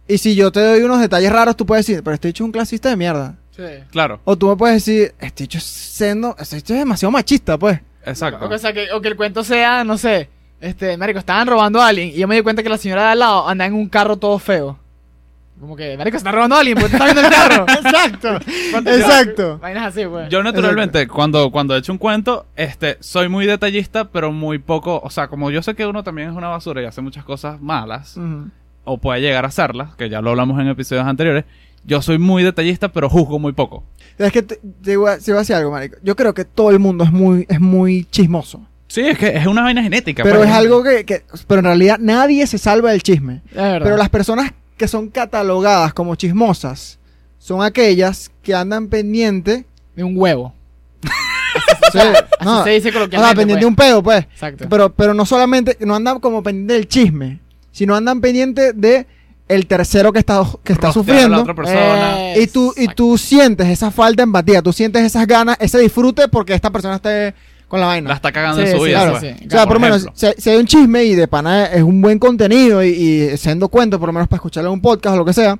[SPEAKER 3] Y si yo te doy unos detalles raros, tú puedes decir, pero este hecho es un clasista de mierda.
[SPEAKER 2] Sí.
[SPEAKER 4] Claro,
[SPEAKER 3] O tú me puedes decir, este hecho es seno, este hecho es demasiado machista, pues.
[SPEAKER 4] exacto.
[SPEAKER 2] O, que- o sea, que, o que el cuento sea, no sé, este, marico, estaban robando a alguien y yo me di cuenta que la señora de al lado andaba en un carro todo feo. Como que, marico, se está robando a alguien porque está viendo el carro.
[SPEAKER 3] Exacto.
[SPEAKER 2] ¿Cuánto-
[SPEAKER 3] Exacto.
[SPEAKER 2] Vainas así, pues.
[SPEAKER 4] Yo naturalmente, cuando, cuando echo un cuento, este, soy muy detallista, pero muy poco, o sea, como yo sé que uno también es una basura y hace muchas cosas malas,
[SPEAKER 3] Ujú.
[SPEAKER 4] o puede llegar a hacerlas, que ya lo hablamos en episodios anteriores, yo soy muy detallista, pero juzgo muy poco.
[SPEAKER 3] Es que te, te voy a, se va a decir algo, marico. Yo creo que todo el mundo es muy, es muy chismoso.
[SPEAKER 4] Sí, es que es una vaina genética.
[SPEAKER 3] Pero
[SPEAKER 4] pues.
[SPEAKER 3] es algo que, que- pero en realidad nadie se salva del chisme.
[SPEAKER 2] Es verdad.
[SPEAKER 3] Pero las personas que son catalogadas como chismosas son aquellas que andan pendiente,
[SPEAKER 2] De un huevo.
[SPEAKER 3] o sea,
[SPEAKER 2] Así
[SPEAKER 3] no,
[SPEAKER 2] se dice
[SPEAKER 3] o sea,
[SPEAKER 2] coloquialmente.
[SPEAKER 3] pendiente
[SPEAKER 2] pues.
[SPEAKER 3] de un pedo, pues.
[SPEAKER 2] Exacto.
[SPEAKER 3] Pero, pero no solamente, no andan como pendiente del chisme, sino andan pendiente de el tercero que está, que
[SPEAKER 4] Rostear a
[SPEAKER 3] está
[SPEAKER 4] la
[SPEAKER 3] sufriendo.
[SPEAKER 4] otra persona.
[SPEAKER 2] Eh,
[SPEAKER 3] Y tú, y tú sientes esa falta de empatía, tú sientes esas ganas, ese disfrute porque esta persona esté con la vaina.
[SPEAKER 4] La está cagando
[SPEAKER 2] Sí,
[SPEAKER 4] en su
[SPEAKER 2] sí,
[SPEAKER 4] vida.
[SPEAKER 3] claro.
[SPEAKER 4] pues.
[SPEAKER 2] sí.
[SPEAKER 3] O sea, por, lo menos,
[SPEAKER 4] ejemplo.
[SPEAKER 3] si, si hay un chisme y de pana es un buen contenido y, y siendo cuento, por lo menos para escucharlo en un podcast o lo que sea. O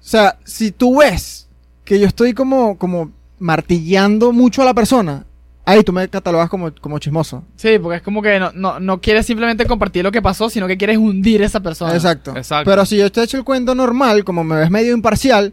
[SPEAKER 3] sea, si tú ves que yo estoy como, como martillando mucho a la persona, ahí tú me catalogas como, como chismoso.
[SPEAKER 2] Sí, porque es como que no, no, no quieres simplemente compartir lo que pasó, sino que quieres hundir a esa persona.
[SPEAKER 3] Exacto.
[SPEAKER 4] Exacto.
[SPEAKER 3] Pero si yo te hecho el cuento normal, como me ves medio imparcial,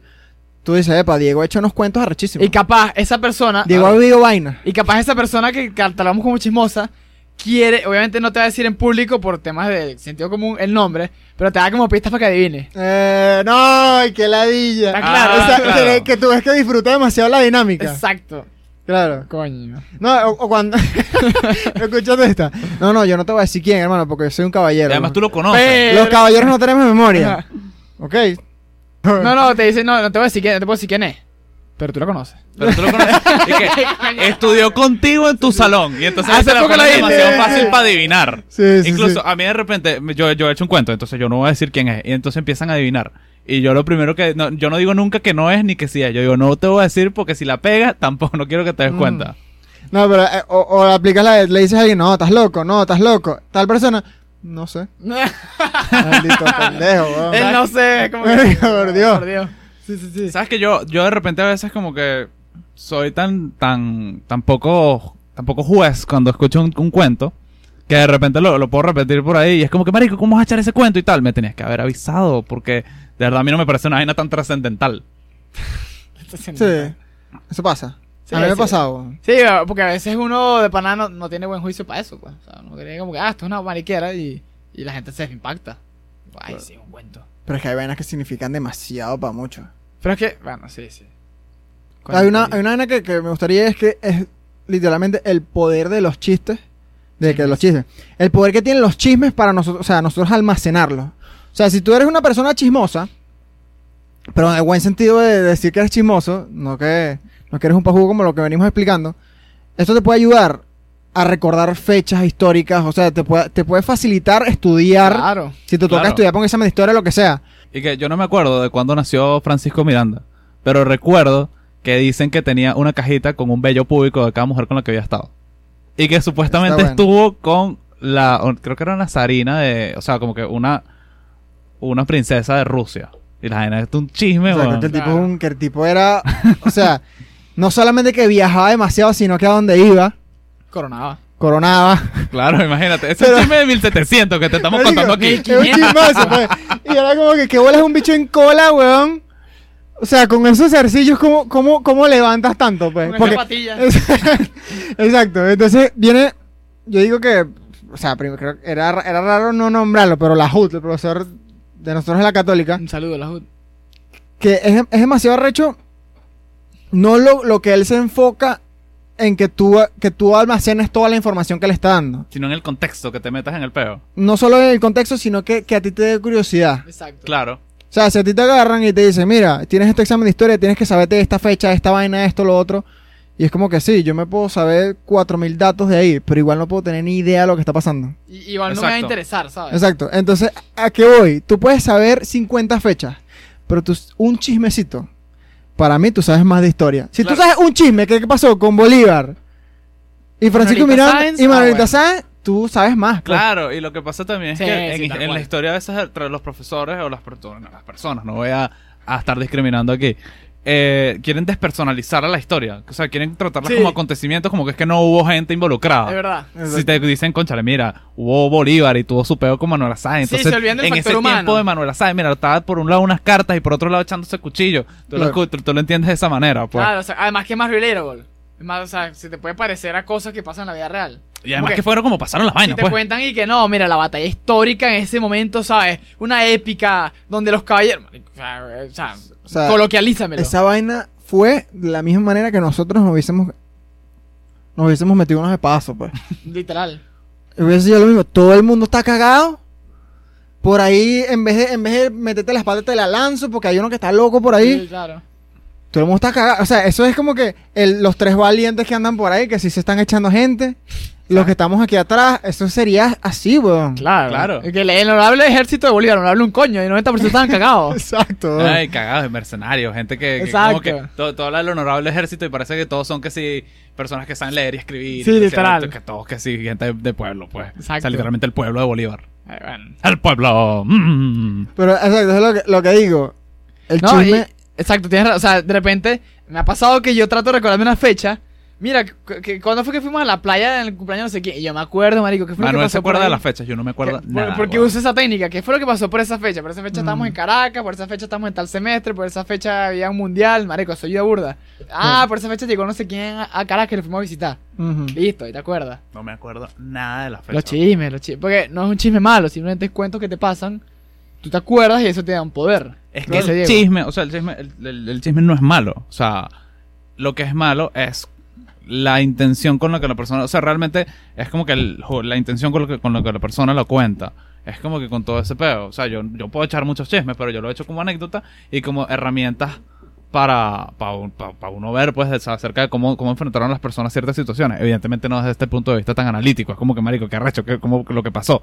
[SPEAKER 3] tú dices, epa, Diego ha hecho unos cuentos arrechísimos.
[SPEAKER 2] Y capaz esa persona.
[SPEAKER 3] Diego ha vivido vaina.
[SPEAKER 2] Y capaz esa persona que catalogamos como chismosa quiere, obviamente no te va a decir en público por temas de sentido común el nombre, pero te da como pistas para que adivines.
[SPEAKER 3] Eh, no, y qué ladilla. Ah,
[SPEAKER 2] Está
[SPEAKER 4] claro,
[SPEAKER 3] O sea,
[SPEAKER 4] claro.
[SPEAKER 3] que- Que, tú ves que disfruta demasiado la dinámica.
[SPEAKER 2] Exacto.
[SPEAKER 3] Claro.
[SPEAKER 2] Coño.
[SPEAKER 3] No, o, o cuando. Escuchate esta. No, no, yo no te voy a decir quién, hermano, porque yo soy un
[SPEAKER 4] Y
[SPEAKER 3] caballero.
[SPEAKER 4] además tú lo conoces.
[SPEAKER 2] Pero-
[SPEAKER 3] Los caballeros no tenemos memoria.
[SPEAKER 2] Ajá.
[SPEAKER 3] ok.
[SPEAKER 2] No, no, te dicen, no, no te voy a decir quién, no te puedo decir quién es. Pero tú lo conoces. Eh,
[SPEAKER 4] Pero tú lo conoces. Y que estudió contigo en tu salón. Y entonces
[SPEAKER 2] Hace
[SPEAKER 4] se la
[SPEAKER 2] poco
[SPEAKER 4] ponen
[SPEAKER 2] lo hice.
[SPEAKER 4] demasiado fácil para adivinar.
[SPEAKER 3] Sí, sí,
[SPEAKER 4] Incluso
[SPEAKER 3] sí.
[SPEAKER 4] a mí de repente, yo, yo he hecho un cuento, entonces yo no voy a decir quién es. Y entonces empiezan a adivinar. Y yo lo primero que. no, yo no digo nunca que no es ni que sí es. Yo digo, no te voy a decir porque si la pegas, tampoco no quiero que te des
[SPEAKER 3] Mm.
[SPEAKER 4] cuenta.
[SPEAKER 3] No, pero. eh, o, o aplicas la de. Le dices a alguien, no, estás loco, no, estás loco. Tal persona. No sé. Maldito pendejo, weón.
[SPEAKER 2] Él eh, no sé, como que,
[SPEAKER 3] Ay, por Dios.
[SPEAKER 2] Por Dios.
[SPEAKER 3] Sí, sí, sí.
[SPEAKER 4] Sabes que yo, yo de repente a veces como que soy tan, tan, tan poco, tan poco juez cuando escucho un, un cuento que de repente lo, lo puedo repetir por ahí y es como que, marico, ¿cómo vas a echar ese cuento y tal? Me tenías que haber avisado porque de verdad a mí no me parece una vaina tan trascendental.
[SPEAKER 3] Sí. Eso pasa.
[SPEAKER 2] Sí,
[SPEAKER 3] a mí me ha
[SPEAKER 2] sí.
[SPEAKER 3] pasado. weón.
[SPEAKER 2] Sí, porque a veces uno de paná no, no tiene buen juicio para eso, pues. O sea, uno cree como que, ah, esto es una mariquera y, y la gente se impacta. Ay, sí, un cuento.
[SPEAKER 3] Pero es que hay vainas que significan demasiado para mucho.
[SPEAKER 2] Pero es que, bueno, sí, sí.
[SPEAKER 3] Hay una, hay una vaina que, que me gustaría es que es literalmente el poder de los chistes. De que los chistes. El poder que tienen los chismes para nosotros, o sea, nosotros almacenarlos. O sea, si tú eres una persona chismosa, pero en el buen sentido de decir que eres chismoso, no que, no que eres un pajugo como lo que venimos explicando, esto te puede ayudar a recordar fechas históricas, o sea, te puede, te puede facilitar estudiar,
[SPEAKER 2] Ah, Claro.
[SPEAKER 3] si te toca
[SPEAKER 4] Claro.
[SPEAKER 3] estudiar con esa de historia, lo que sea.
[SPEAKER 4] Y que yo no me acuerdo de cuándo nació Francisco Miranda, pero recuerdo que dicen que tenía una cajita con un bello público de cada mujer con la que había estado. Y que supuestamente
[SPEAKER 3] Está
[SPEAKER 4] estuvo con la, o- creo que era una zarina de, o sea, como que una, una princesa de Rusia. Y la vaina es un chisme,
[SPEAKER 3] O sea,
[SPEAKER 4] weón.
[SPEAKER 3] que, el tipo,
[SPEAKER 2] Claro.
[SPEAKER 3] un- que el tipo era, o sea, no solamente que viajaba demasiado, sino que a donde iba,
[SPEAKER 2] Coronaba.
[SPEAKER 3] coronaba.
[SPEAKER 4] Claro, imagínate. Ese
[SPEAKER 3] Pero-
[SPEAKER 4] chisme de 1700 que te estamos
[SPEAKER 3] Marico,
[SPEAKER 4] contando aquí.
[SPEAKER 3] Es un chismazo, pues. Y era como que, ¿qué bolas un bicho en cola, weón? O sea, con esos zarcillos, ¿cómo, cómo, cómo levantas tanto, pues?
[SPEAKER 2] Con
[SPEAKER 3] Porque-
[SPEAKER 2] esa patilla.
[SPEAKER 3] Exacto. Entonces, viene, yo digo que, o sea, primero, creo que era, era raro no nombrarlo, pero la HUD, el profesor de nosotros es la católica,
[SPEAKER 2] Un saludo a la HUD.
[SPEAKER 3] que es, es demasiado arrecho. No lo, lo que él se enfoca en que tú, que tú almacenes toda la información que le está dando.
[SPEAKER 4] Sino en el contexto, que te metas en el peo.
[SPEAKER 3] No solo en el contexto, sino que, que a ti te dé curiosidad.
[SPEAKER 2] Exacto.
[SPEAKER 4] Claro.
[SPEAKER 3] O sea, si a ti te agarran y te dicen, mira, tienes este examen de historia, tienes que saberte esta fecha, esta vaina, esto, lo otro. Y es como que sí, yo me puedo saber 4.000 datos de ahí, pero igual no puedo tener ni idea de lo que está pasando.
[SPEAKER 2] Y, igual no me va a
[SPEAKER 4] Exacto.
[SPEAKER 2] interesar, ¿sabes?
[SPEAKER 3] Exacto. Entonces, ¿a qué voy? Tú puedes saber 50 fechas, pero tú, un chismecito, para mí tú sabes más de historia. Si tú
[SPEAKER 2] Claro.
[SPEAKER 3] sabes un chisme, ¿qué, qué pasó con Bolívar? Y Francisco
[SPEAKER 2] Manuelita
[SPEAKER 3] Miranda
[SPEAKER 2] Sáenz,
[SPEAKER 3] y
[SPEAKER 2] ah,
[SPEAKER 3] Manuelita
[SPEAKER 2] bueno.
[SPEAKER 3] Sáenz, tú sabes más. pues.
[SPEAKER 4] Claro, y lo que pasa también es
[SPEAKER 2] Sí,
[SPEAKER 4] que
[SPEAKER 2] sí,
[SPEAKER 4] en,
[SPEAKER 2] tal
[SPEAKER 4] en
[SPEAKER 2] cual.
[SPEAKER 4] la historia a veces entre los profesores o las, per- no, las personas, no voy a, a estar discriminando aquí, eh, quieren despersonalizar a la historia. O sea, quieren tratarla
[SPEAKER 2] Sí.
[SPEAKER 4] como acontecimientos, como que es que no hubo gente involucrada.
[SPEAKER 2] Es verdad.
[SPEAKER 3] Exacto.
[SPEAKER 4] Si te dicen, conchale, mira, hubo Bolívar y tuvo su peo con Manuel Sáenz.
[SPEAKER 2] Sí,
[SPEAKER 4] Entonces,
[SPEAKER 2] se olvidan del
[SPEAKER 4] en
[SPEAKER 2] factor
[SPEAKER 4] ese
[SPEAKER 2] humano.
[SPEAKER 4] tiempo de Manuel Sáenz, mira, estaba por un lado unas cartas y por otro lado echándose cuchillo. Tú, lo,
[SPEAKER 3] Claro.
[SPEAKER 4] escu- tú lo entiendes de esa manera, pues.
[SPEAKER 2] Claro, o sea, además que es más relatable. Es más, o sea, se te puede parecer a cosas que pasan en la vida real.
[SPEAKER 4] Y además
[SPEAKER 2] Ok.
[SPEAKER 4] que fueron como pasaron las
[SPEAKER 2] Si
[SPEAKER 4] vainas,
[SPEAKER 2] te
[SPEAKER 4] pues.
[SPEAKER 2] cuentan y que no, mira, la batalla histórica en ese momento, ¿sabes? Una épica donde los caballeros. marico, O sea, eh, o sea,
[SPEAKER 3] O sea,
[SPEAKER 2] coloquialízamelo.
[SPEAKER 3] Esa vaina fue de la misma manera que nosotros nos hubiésemos, nos hubiésemos metido unos espazos, pues.
[SPEAKER 2] Literal.
[SPEAKER 3] Hubiese sido lo mismo. Todo el mundo está cagado. Por ahí, en vez de, en vez de meterte la espalda, te la lanzo porque hay uno que está loco por
[SPEAKER 2] Sí,
[SPEAKER 3] ahí.
[SPEAKER 2] claro.
[SPEAKER 3] Todo el mundo está cagado. O sea, eso es como que el- los tres valientes que andan por ahí, que si se están echando gente. Los que estamos aquí atrás, eso sería así, weón.
[SPEAKER 2] Claro.
[SPEAKER 4] Claro.
[SPEAKER 2] Es Que el honorable ejército de Bolívar, no habla un coño, y 90% estaban cagados.
[SPEAKER 3] Exacto. weón.
[SPEAKER 4] Ay, cagados, mercenarios, gente que, que como que
[SPEAKER 2] Exacto.
[SPEAKER 4] todo, todo habla del honorable ejército y parece que todos son que sí, personas que saben leer y escribir.
[SPEAKER 2] Sí,
[SPEAKER 4] y que
[SPEAKER 2] literal.
[SPEAKER 4] sea- Que todos que sí, gente de, de pueblo, pues.
[SPEAKER 2] Exacto.
[SPEAKER 4] O sea, literalmente el pueblo de Bolívar.
[SPEAKER 2] Ay, bueno.
[SPEAKER 4] El pueblo. mm.
[SPEAKER 3] Pero exacto, eso es lo que, lo que digo. El
[SPEAKER 2] No, y-
[SPEAKER 3] chisme.
[SPEAKER 2] exacto, tienes razón. O sea, de repente me ha pasado que yo trato de recordarme una fecha. Mira, cu- que, cuando fue que fuimos a la playa en el cumpleaños, no sé qué. Y yo me acuerdo, marico, que fue lo que
[SPEAKER 4] Manuel
[SPEAKER 2] pasó
[SPEAKER 4] se acuerda
[SPEAKER 2] por
[SPEAKER 4] de
[SPEAKER 2] ahí?
[SPEAKER 4] las fechas, yo no me acuerdo
[SPEAKER 2] Que- por-
[SPEAKER 4] nada.
[SPEAKER 2] porque
[SPEAKER 4] weón. Mm.
[SPEAKER 2] usa esa técnica. ¿Qué fue lo que pasó por esa fecha? Por esa fecha estábamos en Caracas, por esa fecha estamos en tal semestre, por esa fecha había un mundial, marico, soy yo burda.
[SPEAKER 4] Mm.
[SPEAKER 2] Ah, por esa fecha llegó no sé quién a, a Caracas y lo fuimos a visitar.
[SPEAKER 3] Ujú.
[SPEAKER 2] Listo, ¿y te acuerdas?
[SPEAKER 4] No me acuerdo nada de las fechas.
[SPEAKER 2] Los chismes, los chismes. Porque no es un chisme malo, simplemente es cuentos que te pasan, tú te acuerdas y eso te da un poder.
[SPEAKER 4] Es que
[SPEAKER 2] Claro.
[SPEAKER 4] el
[SPEAKER 2] Diego.
[SPEAKER 4] chisme, o sea, el chisme, el, el- el chisme no es malo. O sea, lo que es malo es la intención con la que la persona, o sea, realmente es como que el- jo- la intención con, lo que, con la que la persona lo cuenta. Es como que con todo ese pedo. O sea, yo, yo puedo echar muchos chismes, pero yo lo he hecho como anécdota y como herramientas para, para, un- para- para uno ver, pues, de- acerca de cómo, cómo enfrentaron las personas ciertas situaciones. Evidentemente no desde este punto de vista tan analítico. Es como que, marico, qué arrecho, qué, cómo, lo que pasó.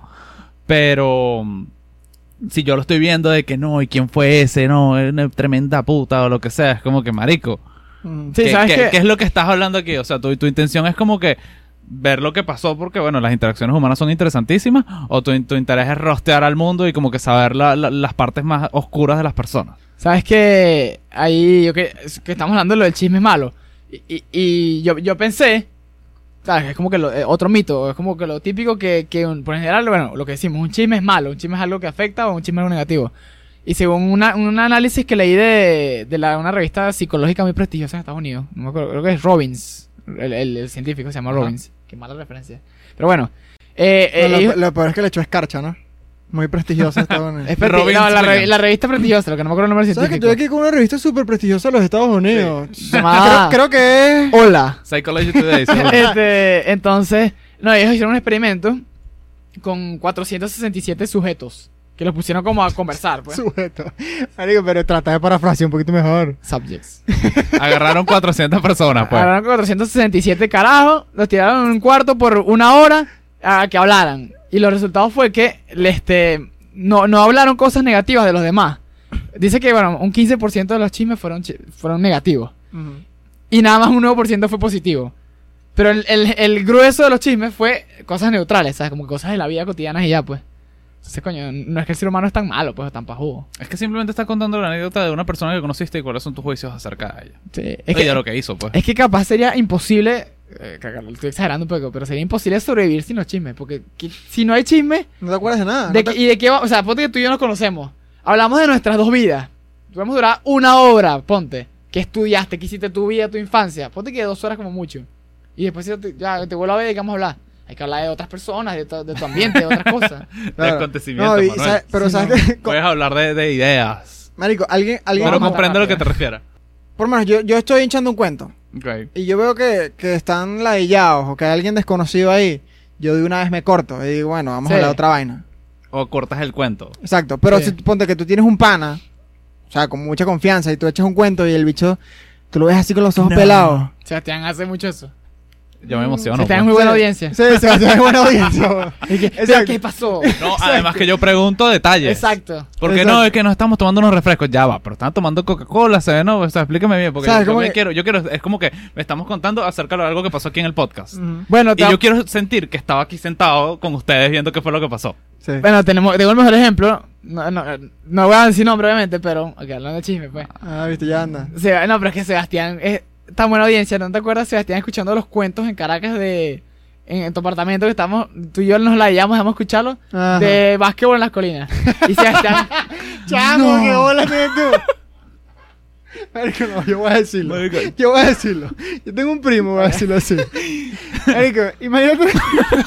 [SPEAKER 4] Pero si yo lo estoy viendo de que no, ¿y quién fue ese? No, es una tremenda puta o lo que sea, es como que marico.
[SPEAKER 3] Ujú.
[SPEAKER 2] Sí,
[SPEAKER 4] ¿qué,
[SPEAKER 2] ¿sabes
[SPEAKER 4] qué-
[SPEAKER 2] qué?
[SPEAKER 4] qué es lo que estás hablando aquí? O sea, tu, tu intención es como que ver lo que pasó porque, bueno, las interacciones humanas son interesantísimas o tu, tu interés es rostear al mundo y como que saber la- la- las partes más oscuras de las personas.
[SPEAKER 2] ¿Sabes que Ahí, yo que, es que estamos hablando de lo del chisme malo. Y, y- y yo, yo pensé, ¿sabes? Es como que lo- eh, otro mito, es como que lo típico que, que un- por general, bueno, lo que decimos, un chisme es malo, un chisme es algo que afecta o un chisme es algo negativo. Y según una- un análisis que leí de, de la- una revista psicológica muy prestigiosa en Estados Unidos, no me acuerdo, creo que es Robbins, el, el- el científico se llama
[SPEAKER 4] Ajá.
[SPEAKER 2] Robbins, qué mala referencia. Pero bueno, eh, eh,
[SPEAKER 3] No, lo,
[SPEAKER 2] ellos-
[SPEAKER 3] lo peor es que le echó escarcha, ¿no? Muy prestigiosa esta vaina.
[SPEAKER 2] es presti-
[SPEAKER 4] Robbins
[SPEAKER 2] no, la, re-
[SPEAKER 4] Williams.
[SPEAKER 2] la revista prestigiosa, lo que no me acuerdo el nombre del
[SPEAKER 3] ¿Sabes que
[SPEAKER 2] científico.
[SPEAKER 3] estoy aquí con una revista súper prestigiosa de los Estados Unidos? Ah.
[SPEAKER 2] Llamada-
[SPEAKER 3] Creo, creo que es...
[SPEAKER 2] Hola.
[SPEAKER 4] Psychology Today. seguro.
[SPEAKER 2] Este, entonces, no, ellos hicieron un experimento con 467 sujetos que los pusieron como a conversar, pues.
[SPEAKER 3] Sujeto. Marico, pero trata de parafrasear un poquito mejor.
[SPEAKER 2] Subjects.
[SPEAKER 4] Agarraron 400 personas, pues.
[SPEAKER 2] Agarraron 467 carajos, los tiraron en un cuarto por una hora a que hablaran. Y los resultados fue que este, no, no hablaron cosas negativas de los demás. Dice que, bueno, un 15% de los chismes fueron, chi- fueron negativos. Y nada más un 9% fue positivo. Pero el, el- el grueso de los chismes fue cosas neutrales, ¿sabes? Como cosas de la vida cotidiana y ya, pues. Entonces, coño, no es que el ser humano es tan malo, pues, o tan pajudo.
[SPEAKER 4] Es que simplemente estás contando la anécdota de una persona que conociste y cuáles son tus juicios acerca de ella.
[SPEAKER 2] Sí, es
[SPEAKER 4] Es
[SPEAKER 2] que, eh,
[SPEAKER 4] lo que hizo, pues.
[SPEAKER 2] es que capaz sería imposible... eh, cagar, estoy exagerando un poco, pero sería imposible sobrevivir sin los chismes. Porque que- si no hay chismes,
[SPEAKER 3] No te acuerdas de nada.
[SPEAKER 2] ¿de
[SPEAKER 3] no
[SPEAKER 2] qué-
[SPEAKER 3] te-
[SPEAKER 2] ¿y de qué va? O sea, ponte que tú y yo nos conocemos. Hablamos de nuestras dos vidas. Podemos durar una hora, ponte. ¿Qué estudiaste? ¿Qué hiciste tu vida, tu infancia? Ponte que dos horas como mucho. Y después ya te, ya te vuelvo a ver y vamos a hablar. Hay que hablar de otras personas, de tu, de tu ambiente, de otras cosas.
[SPEAKER 3] Claro.
[SPEAKER 4] acontecimientos,
[SPEAKER 3] No, y
[SPEAKER 4] Manuel.
[SPEAKER 3] sabe- pero
[SPEAKER 2] Sí,
[SPEAKER 3] sabes
[SPEAKER 2] no.
[SPEAKER 3] que. co-
[SPEAKER 4] Puedes hablar de, de ideas.
[SPEAKER 3] Marico, alguien. alguien
[SPEAKER 4] Pero
[SPEAKER 2] Vamos a
[SPEAKER 3] como-
[SPEAKER 2] matar
[SPEAKER 4] comprendo a lo que
[SPEAKER 2] rápido.
[SPEAKER 4] te refieres.
[SPEAKER 3] por lo menos, yo, yo estoy hinchando un cuento.
[SPEAKER 4] Ok.
[SPEAKER 3] Y yo veo que, que están ladillados o que hay alguien desconocido ahí. Yo de una vez me corto y digo, bueno, vamos
[SPEAKER 2] Sí.
[SPEAKER 3] a hablar de otra vaina.
[SPEAKER 4] O cortas el cuento.
[SPEAKER 3] Exacto. Pero
[SPEAKER 2] Sí.
[SPEAKER 3] si tú- ponte que tú tienes un pana, o sea, con mucha confianza, y tú echas un cuento y el bicho, tú lo ves así con los ojos
[SPEAKER 4] No.
[SPEAKER 3] pelados.
[SPEAKER 2] Sebastián hace mucho eso.
[SPEAKER 4] Yo
[SPEAKER 3] Mm.
[SPEAKER 4] me emociono.
[SPEAKER 2] Sebastián
[SPEAKER 4] pues.
[SPEAKER 2] es muy buena
[SPEAKER 3] Sí.
[SPEAKER 2] audiencia.
[SPEAKER 3] Sí, se va a hacer buena audiencia.
[SPEAKER 2] Pero,
[SPEAKER 3] Exacto.
[SPEAKER 2] ¿Qué pasó?
[SPEAKER 4] No, además que yo pregunto detalles.
[SPEAKER 2] Exacto.
[SPEAKER 4] Porque
[SPEAKER 3] Exacto.
[SPEAKER 4] no, es que no estamos tomando unos refrescos. Ya va, pero están tomando Coca-Cola, se ve, no, o sea, explícame bien, porque
[SPEAKER 3] ¿Sabes?
[SPEAKER 4] yo,
[SPEAKER 3] Como
[SPEAKER 4] me
[SPEAKER 3] que-
[SPEAKER 4] quiero, yo quiero, es como que me estamos contando acerca de algo que pasó aquí en el podcast.
[SPEAKER 3] Ujú.
[SPEAKER 2] Bueno,
[SPEAKER 4] Y
[SPEAKER 2] te-
[SPEAKER 4] yo quiero sentir que estaba aquí sentado con ustedes viendo qué fue lo que pasó.
[SPEAKER 3] Sí.
[SPEAKER 2] bueno, tenemos, tengo el mejor ejemplo. No, no, no voy a decir nombre, obviamente, pero. Ok, hablando de chisme, pues.
[SPEAKER 3] Ah, viste, ya anda.
[SPEAKER 2] Seba- no, pero es que Sebastián es tan buena audiencia. ¿No te acuerdas, Sebastián, escuchando los cuentos en Caracas de. En, en tu apartamento que estamos. Tú y yo nos la llevamos, dejamos escucharlo.
[SPEAKER 3] Ajá.
[SPEAKER 2] De básquetbol en las colinas. Y Sebastián.
[SPEAKER 3] Chamo,
[SPEAKER 2] No.
[SPEAKER 3] qué bola tienes tú. Marico, no, yo voy a decirlo.
[SPEAKER 4] Marico.
[SPEAKER 3] Yo voy a decirlo. Yo tengo un primo, voy a decirlo así. Marico, imagínate.
[SPEAKER 4] Chamo,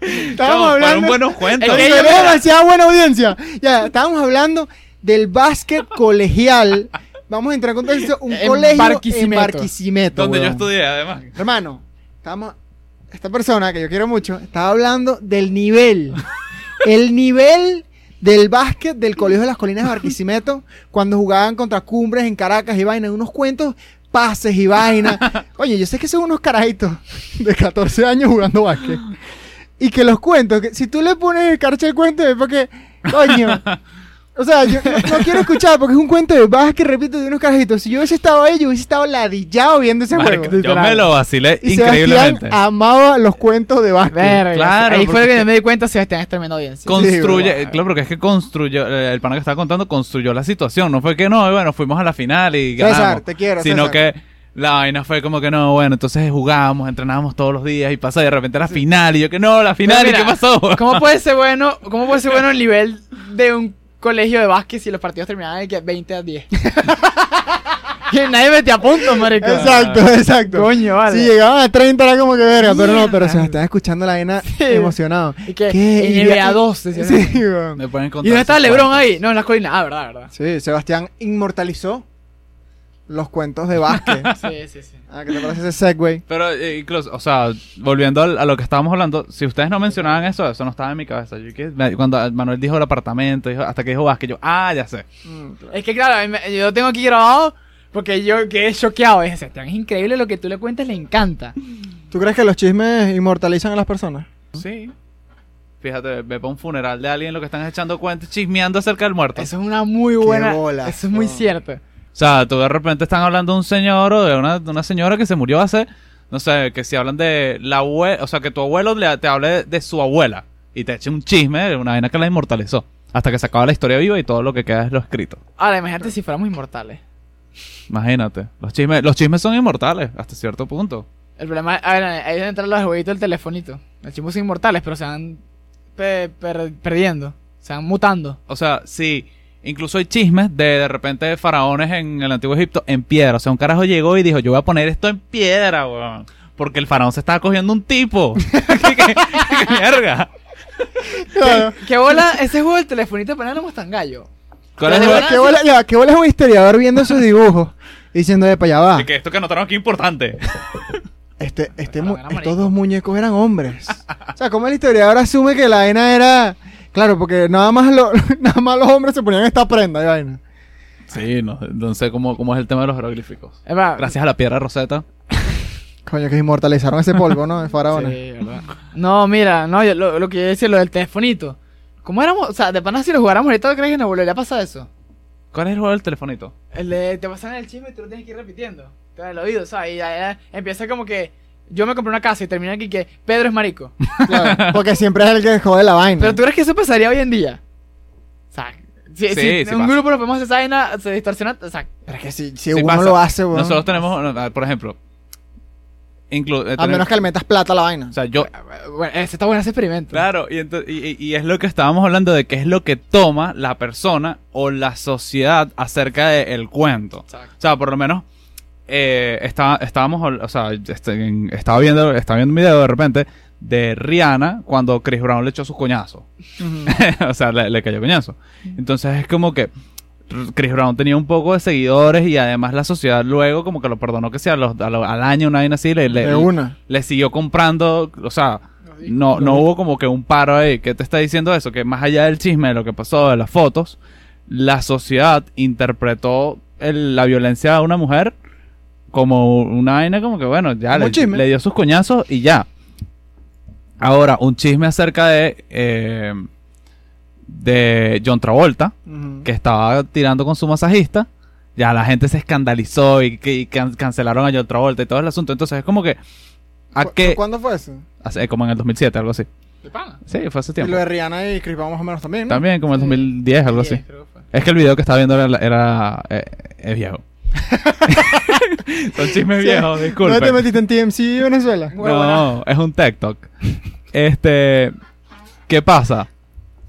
[SPEAKER 3] Estábamos
[SPEAKER 4] fueron
[SPEAKER 3] hablando.
[SPEAKER 4] buenos cuentos.
[SPEAKER 2] Es que
[SPEAKER 3] Marico,
[SPEAKER 2] yo-
[SPEAKER 3] era demasiada buena audiencia. Ya, estábamos hablando del básquet colegial. Vamos a entrar en contexto. Un
[SPEAKER 2] En
[SPEAKER 3] colegio
[SPEAKER 2] Barquisimeto.
[SPEAKER 3] en Barquisimeto.
[SPEAKER 4] donde yo
[SPEAKER 3] weón.
[SPEAKER 4] estudié, además.
[SPEAKER 3] Hermano, estamos. Esta persona que yo quiero mucho estaba hablando del nivel. el nivel del básquet del Colegio de las Colinas de Barquisimeto cuando jugaban contra cumbres en Caracas y vaina, unos cuentos, pases y vaina. Oye, yo sé que son unos carajitos de 14 años jugando básquet. Y que los cuentos, que si tú le pones el carche de cuento es porque, coño. O sea, yo no, no quiero escuchar porque es un cuento de básquet, repito, de unos carajitos. Si yo hubiese estado ahí, yo hubiese estado ladillado viendo ese
[SPEAKER 4] Marico,
[SPEAKER 3] juego.
[SPEAKER 4] yo
[SPEAKER 3] Literal.
[SPEAKER 4] me lo vacilé
[SPEAKER 3] Y
[SPEAKER 4] increíblemente.
[SPEAKER 3] Sebastián amaba los cuentos de básquet.
[SPEAKER 2] Verga,
[SPEAKER 4] Claro,
[SPEAKER 2] Ahí fue
[SPEAKER 4] porque-
[SPEAKER 2] que me di cuenta, Sebastián es tremenda audiencia.
[SPEAKER 4] Construye,
[SPEAKER 3] Sí, bro.
[SPEAKER 4] claro, porque es que construyó, eh, el pana que estaba contando construyó la situación. No fue que no, bueno, fuimos a la final y ganamos.
[SPEAKER 3] César, te quiero,
[SPEAKER 4] Sino
[SPEAKER 3] César.
[SPEAKER 4] que la vaina fue como que no, bueno, entonces jugábamos, entrenábamos todos los días y pasa de repente la final. Y yo que no, la
[SPEAKER 2] Pero
[SPEAKER 4] final, ¿y
[SPEAKER 2] mira,
[SPEAKER 4] qué pasó?
[SPEAKER 2] ¿Cómo puede ser bueno, cómo puede ser bueno el nivel de un colegio de básquet si los partidos terminaban de que 20 a 10? que nadie metía puntos, marico.
[SPEAKER 3] Exacto, exacto.
[SPEAKER 2] Coño, vale.
[SPEAKER 3] Si llegaban a 30 era como que verga, pero no, pero se están escuchando la vaina emocionado.
[SPEAKER 2] Y que
[SPEAKER 3] ¿Qué?
[SPEAKER 2] en
[SPEAKER 3] Y-
[SPEAKER 2] NBA 2 decía,
[SPEAKER 3] Sí, weón.
[SPEAKER 4] Me pueden contar
[SPEAKER 2] ¿Y dónde está
[SPEAKER 4] sus
[SPEAKER 2] LeBron
[SPEAKER 4] cuentos.
[SPEAKER 2] ahí? No, en las colinas. Ah, verdad, verdad.
[SPEAKER 3] Sí, Sebastián inmortalizó los cuentos de básquet.
[SPEAKER 2] Sí, sí, sí.
[SPEAKER 3] ah, ¿qué te parece ese segue?
[SPEAKER 4] Pero eh, incluso, o sea, volviendo al- a lo que estábamos hablando, si ustedes no mencionaban eso, eso no estaba en mi cabeza. Yo que- me- cuando Manuel dijo el apartamento, dijo- hasta que dijo Vázquez, yo, ah, ya sé.
[SPEAKER 2] Es que claro, me- yo lo tengo aquí grabado porque yo quedé choqueado. Es, Sebastián, es increíble lo que tú le cuentas, le encanta.
[SPEAKER 3] ¿Tú crees que los chismes inmortalizan a las personas?
[SPEAKER 4] Sí. Fíjate, ve para un funeral de alguien lo que están echando cuentas, chismeando acerca del muerto.
[SPEAKER 2] Eso es una muy buena.
[SPEAKER 3] bolas,
[SPEAKER 2] eso es muy
[SPEAKER 3] no.
[SPEAKER 2] cierto.
[SPEAKER 4] O sea, tú de repente están hablando de un señor o de una, de una señora que se murió hace, no sé, que si hablan de la abuela, o sea, que tu abuelo le- te hable de, de su abuela y te eche un chisme de una vaina que la inmortalizó. Hasta que se acaba la historia viva y todo lo que queda es lo escrito.
[SPEAKER 2] Ahora, imagínate si fuéramos inmortales.
[SPEAKER 4] Imagínate. Los chismes, los chismes son inmortales hasta cierto punto.
[SPEAKER 2] El problema a ver, ahí deben entrar los jueguitos del telefonito. Los chimbos son inmortales, pero se van pe- per- perdiendo. Se van mutando.
[SPEAKER 4] O sea, sí. Incluso hay chismes de de repente de faraones en el antiguo Egipto en piedra. O sea, un carajo llegó y dijo, yo voy a poner esto en piedra, weón. Porque el faraón se estaba cogiendo un tipo. ¿Qué, qué- qué mierda?
[SPEAKER 3] Claro.
[SPEAKER 2] ¿Qué bola? Ese juego del telefonito para éramos tan gallo.
[SPEAKER 4] ¿Cuál es el-
[SPEAKER 2] Pero-
[SPEAKER 3] ¿Qué bola, ya, qué bola es un historiador viendo esos dibujos? Diciendo de para allá va.
[SPEAKER 4] de que esto que anotaron aquí es importante.
[SPEAKER 3] Este, este
[SPEAKER 2] Pero
[SPEAKER 3] mu-
[SPEAKER 2] era marico.
[SPEAKER 3] estos dos muñecos eran hombres. o sea, como el historiador asume que la vaina era. Claro, porque nada más, lo- nada más los hombres se ponían esta prenda de vaina.
[SPEAKER 4] Sí, no, no sé cómo, cómo es el tema de los jeroglíficos.
[SPEAKER 2] Es verdad.
[SPEAKER 4] Gracias a la piedra Rosetta.
[SPEAKER 3] Coño, que inmortalizaron ese polvo, ¿no? De faraones.
[SPEAKER 2] Sí, verdad. No, mira, no, yo- lo, lo que yo decía, lo del telefonito. ¿Cómo éramos? O sea, de pana si lo jugáramos ahorita, ¿crees que nos volvería a pasar eso?
[SPEAKER 4] ¿Cuál es el juego del telefonito?
[SPEAKER 2] El de te pasan el chisme y tú lo tienes que ir repitiendo. Te da el oído, ¿sabes? Y ya- ya empieza como que yo me compré una casa y termina aquí que Pedro es marico.
[SPEAKER 3] Claro, porque siempre es el que jode la vaina.
[SPEAKER 2] Pero tú crees que eso pasaría hoy en día. O sea, si,
[SPEAKER 4] Sí,
[SPEAKER 2] si
[SPEAKER 4] sí
[SPEAKER 2] en un
[SPEAKER 4] pasa.
[SPEAKER 2] grupo nos podemos hacer esa vaina, se distorsiona. O sea,
[SPEAKER 3] Pero es que si, si
[SPEAKER 4] Sí
[SPEAKER 3] uno
[SPEAKER 4] pasa.
[SPEAKER 3] lo hace, weón,
[SPEAKER 4] Nosotros tenemos, no, por ejemplo, inclu- eh,
[SPEAKER 3] A
[SPEAKER 4] tenemos-
[SPEAKER 3] menos que le metas plata a la vaina.
[SPEAKER 4] o sea, yo,
[SPEAKER 2] bueno, ese está bueno ese experimento.
[SPEAKER 4] Claro, y, ento- y- y- y es lo que estábamos hablando de qué es lo que toma la persona o la sociedad acerca del cuento.
[SPEAKER 2] Exacto.
[SPEAKER 4] O sea, por lo menos eh, está- estábamos, habl- o sea, este, en- estaba viendo, estaba viendo un video de repente de Rihanna cuando Chris Brown le echó su coñazo. o sea, le, le cayó coñazo. Entonces es como que Chris Brown tenía un poco de seguidores y además la sociedad luego como que lo perdonó que sea a los- a lo- al año una vaina así le, le,
[SPEAKER 3] De una.
[SPEAKER 4] le siguió comprando, o sea, no, no hubo como que un paro ahí. ¿Qué te está diciendo eso? Que más allá del chisme de lo que pasó de las fotos, la sociedad interpretó el- la violencia a una mujer como una vaina como que bueno, ya
[SPEAKER 3] Como
[SPEAKER 4] le,
[SPEAKER 3] un chisme.
[SPEAKER 4] le dio sus coñazos y ya. Ahora, un chisme acerca de, eh, de John Travolta
[SPEAKER 3] Ujú.
[SPEAKER 4] que estaba tirando con su masajista, ya la gente se escandalizó y, que y can- cancelaron a John Travolta y todo el asunto. Entonces es como que... ¿A
[SPEAKER 3] ¿Cu-
[SPEAKER 4] qué?
[SPEAKER 3] ¿Cuándo fue eso?
[SPEAKER 4] Hace- como en el 2007, algo así.
[SPEAKER 2] De pana.
[SPEAKER 4] Sí, fue hace
[SPEAKER 3] Y lo
[SPEAKER 4] tiempo.
[SPEAKER 3] de Rihanna y Chris Brown más o menos también. ¿no?
[SPEAKER 4] También como en
[SPEAKER 2] Sí.
[SPEAKER 4] el 2010, algo así.
[SPEAKER 2] Sí, creo que fue.
[SPEAKER 4] Es que el video que estaba viendo era... era eh, es viejo. Son chismes
[SPEAKER 3] Sí.
[SPEAKER 4] viejos,
[SPEAKER 3] ¿No te
[SPEAKER 4] disculpen.
[SPEAKER 3] metiste en TMC Venezuela?
[SPEAKER 2] Muy buena.
[SPEAKER 4] No, es un TikTok. Este, ¿qué pasa?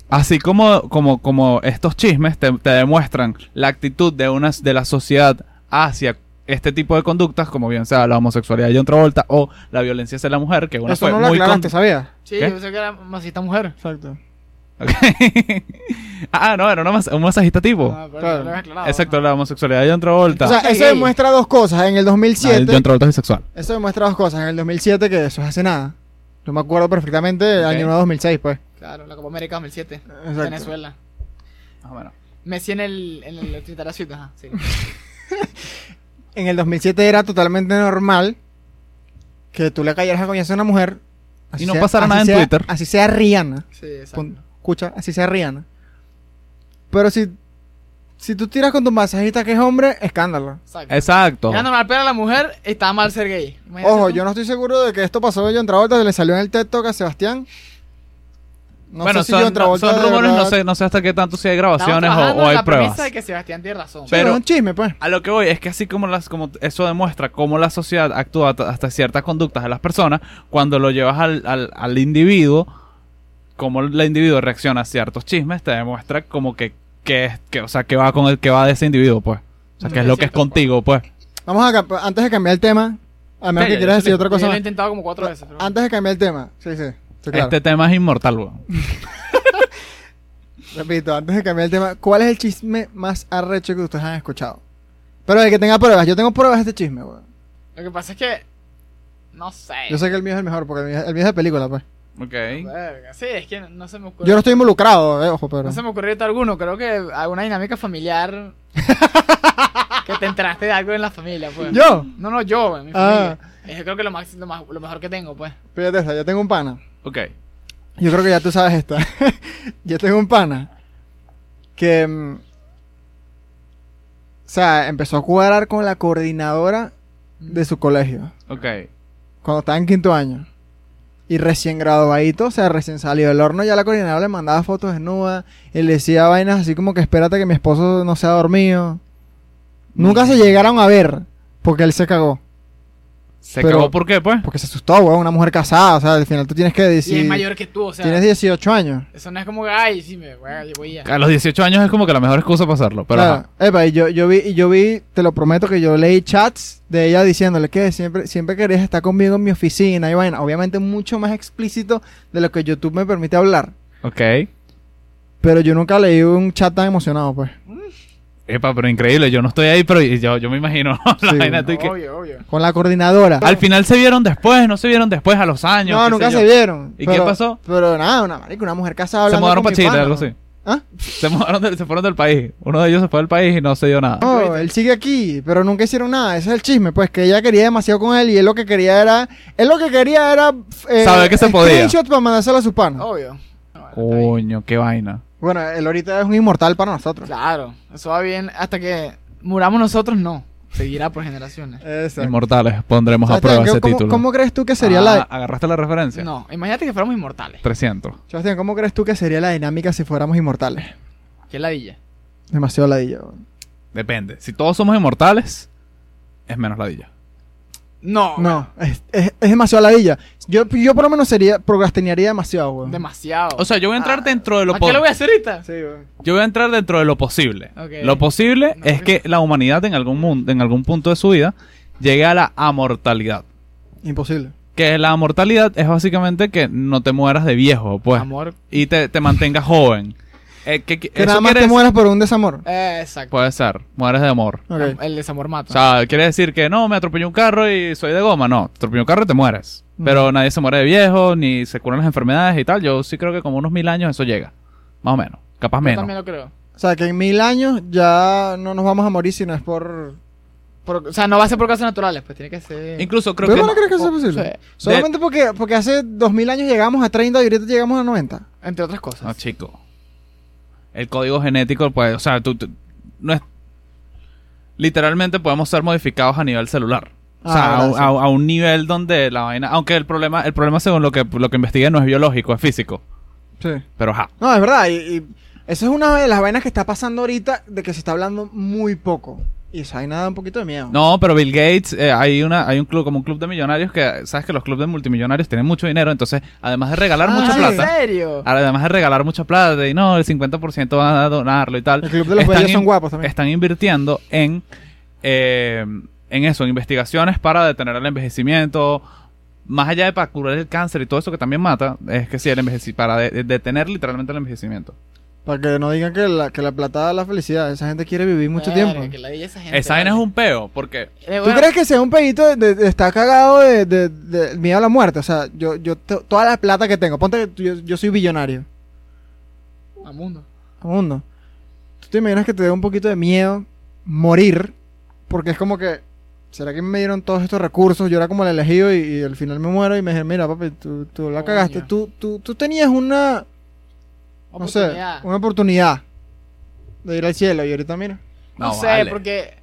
[SPEAKER 4] Así como, como, como estos chismes te, te demuestran la actitud de una, de la sociedad hacia este tipo de conductas, como bien sea la homosexualidad de John Travolta o la violencia hacia la mujer, que una
[SPEAKER 3] Eso
[SPEAKER 4] fue
[SPEAKER 3] no lo
[SPEAKER 4] muy
[SPEAKER 3] aclaraste,
[SPEAKER 4] con-
[SPEAKER 3] ¿sabías?
[SPEAKER 2] Sí,
[SPEAKER 4] ¿Qué?
[SPEAKER 2] yo pensé que era masita mujer.
[SPEAKER 3] Exacto.
[SPEAKER 4] Ok. ah, no, era una mas- un masajista tipo.
[SPEAKER 2] Ah, pero
[SPEAKER 3] Claro.
[SPEAKER 2] no lo había aclarado,
[SPEAKER 4] Oh. Exacto, la homosexualidad de John Travolta.
[SPEAKER 3] O sea, eso
[SPEAKER 2] gay.
[SPEAKER 3] demuestra dos cosas. En el
[SPEAKER 4] Ah, el
[SPEAKER 3] 2007,
[SPEAKER 4] John Travolta es bisexual.
[SPEAKER 3] eso demuestra dos cosas. En el 2007, que eso es hace nada. Yo me acuerdo perfectamente del
[SPEAKER 4] Ok.
[SPEAKER 3] año nuevo 2006, pues.
[SPEAKER 2] ¿no? Claro, la Copa América 2007.
[SPEAKER 3] Exacto.
[SPEAKER 2] Venezuela.
[SPEAKER 4] Ah, bueno.
[SPEAKER 2] Messi en el en el Titaracito, ajá, sí.
[SPEAKER 3] En el 2007 era totalmente normal que tú le cayeras a coñazo a una mujer.
[SPEAKER 4] Y no pasara nada en
[SPEAKER 3] sea-
[SPEAKER 4] Twitter.
[SPEAKER 3] Así sea Rihanna.
[SPEAKER 2] Sí, exacto.
[SPEAKER 3] Pon- escucha, así sea Rihanna. Pero si, si tú tiras con tu masajista que es hombre, escándalo.
[SPEAKER 2] Exacto.
[SPEAKER 4] Exacto.
[SPEAKER 2] Era normal, pero la mujer está mal ser gay. Imagínate
[SPEAKER 3] Ojo,
[SPEAKER 2] tú.
[SPEAKER 3] yo no estoy seguro de que esto pasó de John Travolta, le salió en el TED Talk a Sebastián. No
[SPEAKER 4] bueno,
[SPEAKER 3] sé si
[SPEAKER 4] son,
[SPEAKER 3] John Travolta
[SPEAKER 4] son
[SPEAKER 3] de
[SPEAKER 4] rumores, no
[SPEAKER 3] verdad-
[SPEAKER 4] sé, no sé hasta qué tanto si hay
[SPEAKER 2] Estamos
[SPEAKER 4] grabaciones o,
[SPEAKER 2] trabajando
[SPEAKER 4] o
[SPEAKER 2] en
[SPEAKER 4] hay
[SPEAKER 2] la premisa
[SPEAKER 4] pruebas.
[SPEAKER 2] de que Sebastián tiene razón.
[SPEAKER 3] Sí,
[SPEAKER 4] Pero-
[SPEAKER 3] pero es un chisme, pues.
[SPEAKER 4] A lo que voy es que así como las como eso demuestra cómo la sociedad actúa hasta- hasta ciertas conductas de las personas, cuando lo llevas al, al, al individuo, cómo el individuo reacciona a ciertos chismes, te demuestra como que, que es, que, o sea, que va con el que va de ese individuo, pues. O sea, que es lo que es contigo, pues.
[SPEAKER 3] Vamos a, cam- antes de cambiar el tema, a menos
[SPEAKER 4] Sí,
[SPEAKER 3] que
[SPEAKER 4] ya,
[SPEAKER 3] quieras
[SPEAKER 4] ya,
[SPEAKER 3] decir otra
[SPEAKER 2] Yo
[SPEAKER 3] cosa
[SPEAKER 2] lo he
[SPEAKER 3] más.
[SPEAKER 2] intentado como cuatro veces. pero-
[SPEAKER 3] Antes de cambiar el tema, sí, sí. sí, claro.
[SPEAKER 4] Este tema es inmortal, weón.
[SPEAKER 3] Repito, antes de cambiar el tema, ¿cuál es el chisme más arrecho que ustedes han escuchado? Pero el que tenga pruebas, yo tengo pruebas de este chisme, weón.
[SPEAKER 2] Lo que pasa es que. No sé.
[SPEAKER 3] Yo sé que el mío es el mejor, porque el mío, el mío es de película, pues.
[SPEAKER 4] Ok.
[SPEAKER 2] Verga, Sí, es que no se me ocurre.
[SPEAKER 3] Yo no estoy involucrado, eh, ojo, pero.
[SPEAKER 2] No se me ocurrió ahorita alguno. Creo que alguna dinámica familiar. que te enteraste de algo en la familia, pues.
[SPEAKER 3] Yo,
[SPEAKER 2] No, no, yo, en mi
[SPEAKER 3] Ah.
[SPEAKER 2] familia. Eh, Yo creo que lo, más, lo, más- lo mejor que tengo, pues.
[SPEAKER 3] fíjate esta, yo tengo un pana.
[SPEAKER 4] Ok.
[SPEAKER 3] Yo creo que ya tú sabes esta. yo tengo un pana que. mm, o sea, empezó a cuadrar con la coordinadora de su colegio.
[SPEAKER 4] Ok.
[SPEAKER 3] cuando estaba en quinto año. Y recién graduadito, o sea, recién salido del horno, ya la coordinadora le mandaba fotos desnudas y le decía vainas así como que espérate que mi esposo no se ha dormido. Nunca se llegaron a ver porque él se cagó.
[SPEAKER 4] ¿Se
[SPEAKER 3] Pero-
[SPEAKER 4] acabó por qué, pues?
[SPEAKER 3] Porque se asustó, weón, una mujer casada, o sea, al final tú tienes que
[SPEAKER 2] Y es
[SPEAKER 3] decir...
[SPEAKER 2] mayor que tú, o sea.
[SPEAKER 3] tienes 18 años.
[SPEAKER 2] Eso no es como que, ay, sí, me voy a. Yo voy a...
[SPEAKER 4] A los 18 años es como que la mejor excusa para hacerlo, pero...
[SPEAKER 3] Claro.
[SPEAKER 4] ajá.
[SPEAKER 3] Epa, y yo, yo vi, y yo vi, te lo prometo que yo leí chats de ella diciéndole que siempre, siempre querías estar conmigo en mi oficina y vaina. Obviamente mucho más explícito de lo que YouTube me permite hablar.
[SPEAKER 4] Ok.
[SPEAKER 3] Pero yo nunca leí un chat tan emocionado, pues.
[SPEAKER 4] Epa, pero increíble, yo no estoy ahí, pero yo, yo me imagino. la
[SPEAKER 3] Sí.
[SPEAKER 4] vaina de que-
[SPEAKER 2] Obvio, obvio.
[SPEAKER 3] Con la coordinadora.
[SPEAKER 4] Al final se vieron después, no se vieron después a los años.
[SPEAKER 3] no,
[SPEAKER 4] qué
[SPEAKER 3] nunca
[SPEAKER 4] sé yo.
[SPEAKER 3] se vieron.
[SPEAKER 4] ¿Y qué pasó?
[SPEAKER 3] Pero nada, una marica, una mujer casada
[SPEAKER 4] Se
[SPEAKER 3] hablando
[SPEAKER 4] mudaron para
[SPEAKER 3] con mi
[SPEAKER 4] Chile,
[SPEAKER 3] pana,
[SPEAKER 4] algo
[SPEAKER 3] ¿no?
[SPEAKER 4] así.
[SPEAKER 3] ¿Ah?
[SPEAKER 4] Se mudaron, del- se fueron del país. Uno de ellos se fue del país y no se dio nada.
[SPEAKER 3] No, él sigue aquí, pero nunca hicieron nada. Ese es el chisme, pues que ella quería demasiado con él y él lo que quería era. Él lo que quería era. eh,
[SPEAKER 4] Saber que se podía.
[SPEAKER 3] screenshot para mandárselo a su pana.
[SPEAKER 2] Obvio. Bueno, está bien.
[SPEAKER 4] Coño, qué vaina.
[SPEAKER 3] Bueno, él ahorita es un inmortal para nosotros.
[SPEAKER 2] Claro, eso va bien hasta que muramos nosotros, no. Seguirá por generaciones.
[SPEAKER 3] Exacto.
[SPEAKER 4] Inmortales, pondremos a
[SPEAKER 3] Sebastián,
[SPEAKER 4] prueba
[SPEAKER 3] ¿qué-
[SPEAKER 4] ese
[SPEAKER 3] ¿cómo,
[SPEAKER 4] título.
[SPEAKER 3] cómo crees tú que sería
[SPEAKER 4] Ah,
[SPEAKER 3] la.
[SPEAKER 4] ¿Agarraste la referencia?
[SPEAKER 2] No, imagínate que fuéramos inmortales.
[SPEAKER 4] 300.
[SPEAKER 3] Sebastián, ¿cómo crees tú que sería la dinámica si fuéramos inmortales?
[SPEAKER 2] ¿Qué ladilla?
[SPEAKER 3] Demasiado ladilla. bro.
[SPEAKER 4] Depende. Si todos somos inmortales, es menos ladilla.
[SPEAKER 2] No,
[SPEAKER 3] No, es, es- es demasiado ladilla. Yo, yo por lo menos sería, procrastinaría demasiado, weón.
[SPEAKER 2] demasiado.
[SPEAKER 4] O sea, yo voy a entrar
[SPEAKER 2] Ah,
[SPEAKER 4] dentro de lo
[SPEAKER 2] ¿A qué
[SPEAKER 4] po-
[SPEAKER 2] lo voy a hacer ahorita?
[SPEAKER 3] Sí, weón.
[SPEAKER 4] Yo voy a entrar dentro de lo posible.
[SPEAKER 2] Ok.
[SPEAKER 4] Lo posible
[SPEAKER 2] No,
[SPEAKER 4] es
[SPEAKER 2] que-
[SPEAKER 4] que la humanidad en algún mundo, en algún punto de su vida llegue a la amortalidad.
[SPEAKER 3] Imposible.
[SPEAKER 4] Que la mortalidad es básicamente que no te mueras de viejo, pues.
[SPEAKER 2] Amor.
[SPEAKER 4] Y te, te mantengas joven. Eh, que, que-
[SPEAKER 3] Que
[SPEAKER 4] eso
[SPEAKER 3] nada más
[SPEAKER 4] quiere
[SPEAKER 3] te
[SPEAKER 4] decir-
[SPEAKER 3] mueras por un desamor.
[SPEAKER 2] Eh, exacto.
[SPEAKER 4] Puede ser, mueres de amor.
[SPEAKER 3] Pues, Ok.
[SPEAKER 2] El desamor
[SPEAKER 4] O
[SPEAKER 2] mata.
[SPEAKER 4] sea, quiere decir que no, me atropelló un carro y soy de goma. No, te atropelló un carro y te mueres.
[SPEAKER 3] Mm.
[SPEAKER 4] Pero nadie se muere de viejo, ni se curan las enfermedades y tal. Yo sí creo que como unos mil años eso llega. Más o menos. Capaz
[SPEAKER 2] Yo
[SPEAKER 4] menos.
[SPEAKER 2] también lo creo.
[SPEAKER 3] O sea, que en mil años ya no nos vamos a morir si no es por...
[SPEAKER 2] Por- o sea, no va a ser por causas naturales, pues tiene que ser.
[SPEAKER 4] Incluso creo
[SPEAKER 3] ¿Pero
[SPEAKER 4] que...
[SPEAKER 3] no crees que eso es
[SPEAKER 2] o-
[SPEAKER 3] posible?
[SPEAKER 2] sí.
[SPEAKER 3] Solamente porque, porque hace dos mil años llegamos a 30 y ahorita llegamos a 90.
[SPEAKER 2] Entre otras cosas.
[SPEAKER 4] No,
[SPEAKER 3] Ah,
[SPEAKER 4] chico. El código genético, pues, o sea, tú... tú- no es... Literalmente podemos ser modificados a nivel celular. O sea,
[SPEAKER 3] Ah,
[SPEAKER 4] a,
[SPEAKER 3] gracias.
[SPEAKER 4] a- a un nivel donde la vaina... Aunque el problema, el problema según lo que, lo que investigué no es biológico, es físico.
[SPEAKER 3] Sí.
[SPEAKER 4] Pero ajá.
[SPEAKER 3] No, es verdad. Y, y eso es una de las vainas que está pasando ahorita de que se está hablando muy poco. Y esa vaina da un poquito de miedo.
[SPEAKER 4] No, pero Bill Gates, eh, hay una, hay un club, como un club de millonarios que, sabes que los clubes de multimillonarios tienen mucho dinero, entonces, además de regalar
[SPEAKER 3] Ah,
[SPEAKER 4] mucha
[SPEAKER 3] sí.
[SPEAKER 4] plata,
[SPEAKER 2] ¿En serio?
[SPEAKER 4] además de regalar mucha plata, y no, el 50% van a donarlo y tal.
[SPEAKER 3] El club de los
[SPEAKER 4] están
[SPEAKER 3] bellos son
[SPEAKER 4] in-
[SPEAKER 3] guapos también.
[SPEAKER 4] Están invirtiendo en, eh, en eso, en investigaciones para detener el envejecimiento, más allá de para curar el cáncer y todo eso que también mata, es que sí, el envejeci- para de- de- detener literalmente el envejecimiento.
[SPEAKER 3] Para que no digan que la, que la plata da la felicidad. Esa gente quiere vivir mucho tiempo.
[SPEAKER 2] Que la esa gente.
[SPEAKER 4] Esa vaina es un peo, porque
[SPEAKER 2] Eh,
[SPEAKER 3] ¿Tú crees que sea un pedito de, de- de estar cagado de, de- de miedo a la muerte? O sea, yo, yo to- toda la plata que tengo, ponte que tú- yo, yo soy billonario,
[SPEAKER 2] A mundo.
[SPEAKER 3] mundo. ¿Tú te imaginas que te dé un poquito de miedo morir? Porque es como que, ¿será que me dieron todos estos recursos? Yo era como el elegido y, y al final me muero y me dijeron, mira papi, tú, tú la
[SPEAKER 2] Coño.
[SPEAKER 3] cagaste. Tú, tú, tú tenías una, no sé,
[SPEAKER 2] Oportunidad.
[SPEAKER 3] una oportunidad de ir al cielo y ahorita mira.
[SPEAKER 2] No,
[SPEAKER 4] No,
[SPEAKER 2] sé,
[SPEAKER 4] vale.
[SPEAKER 2] porque.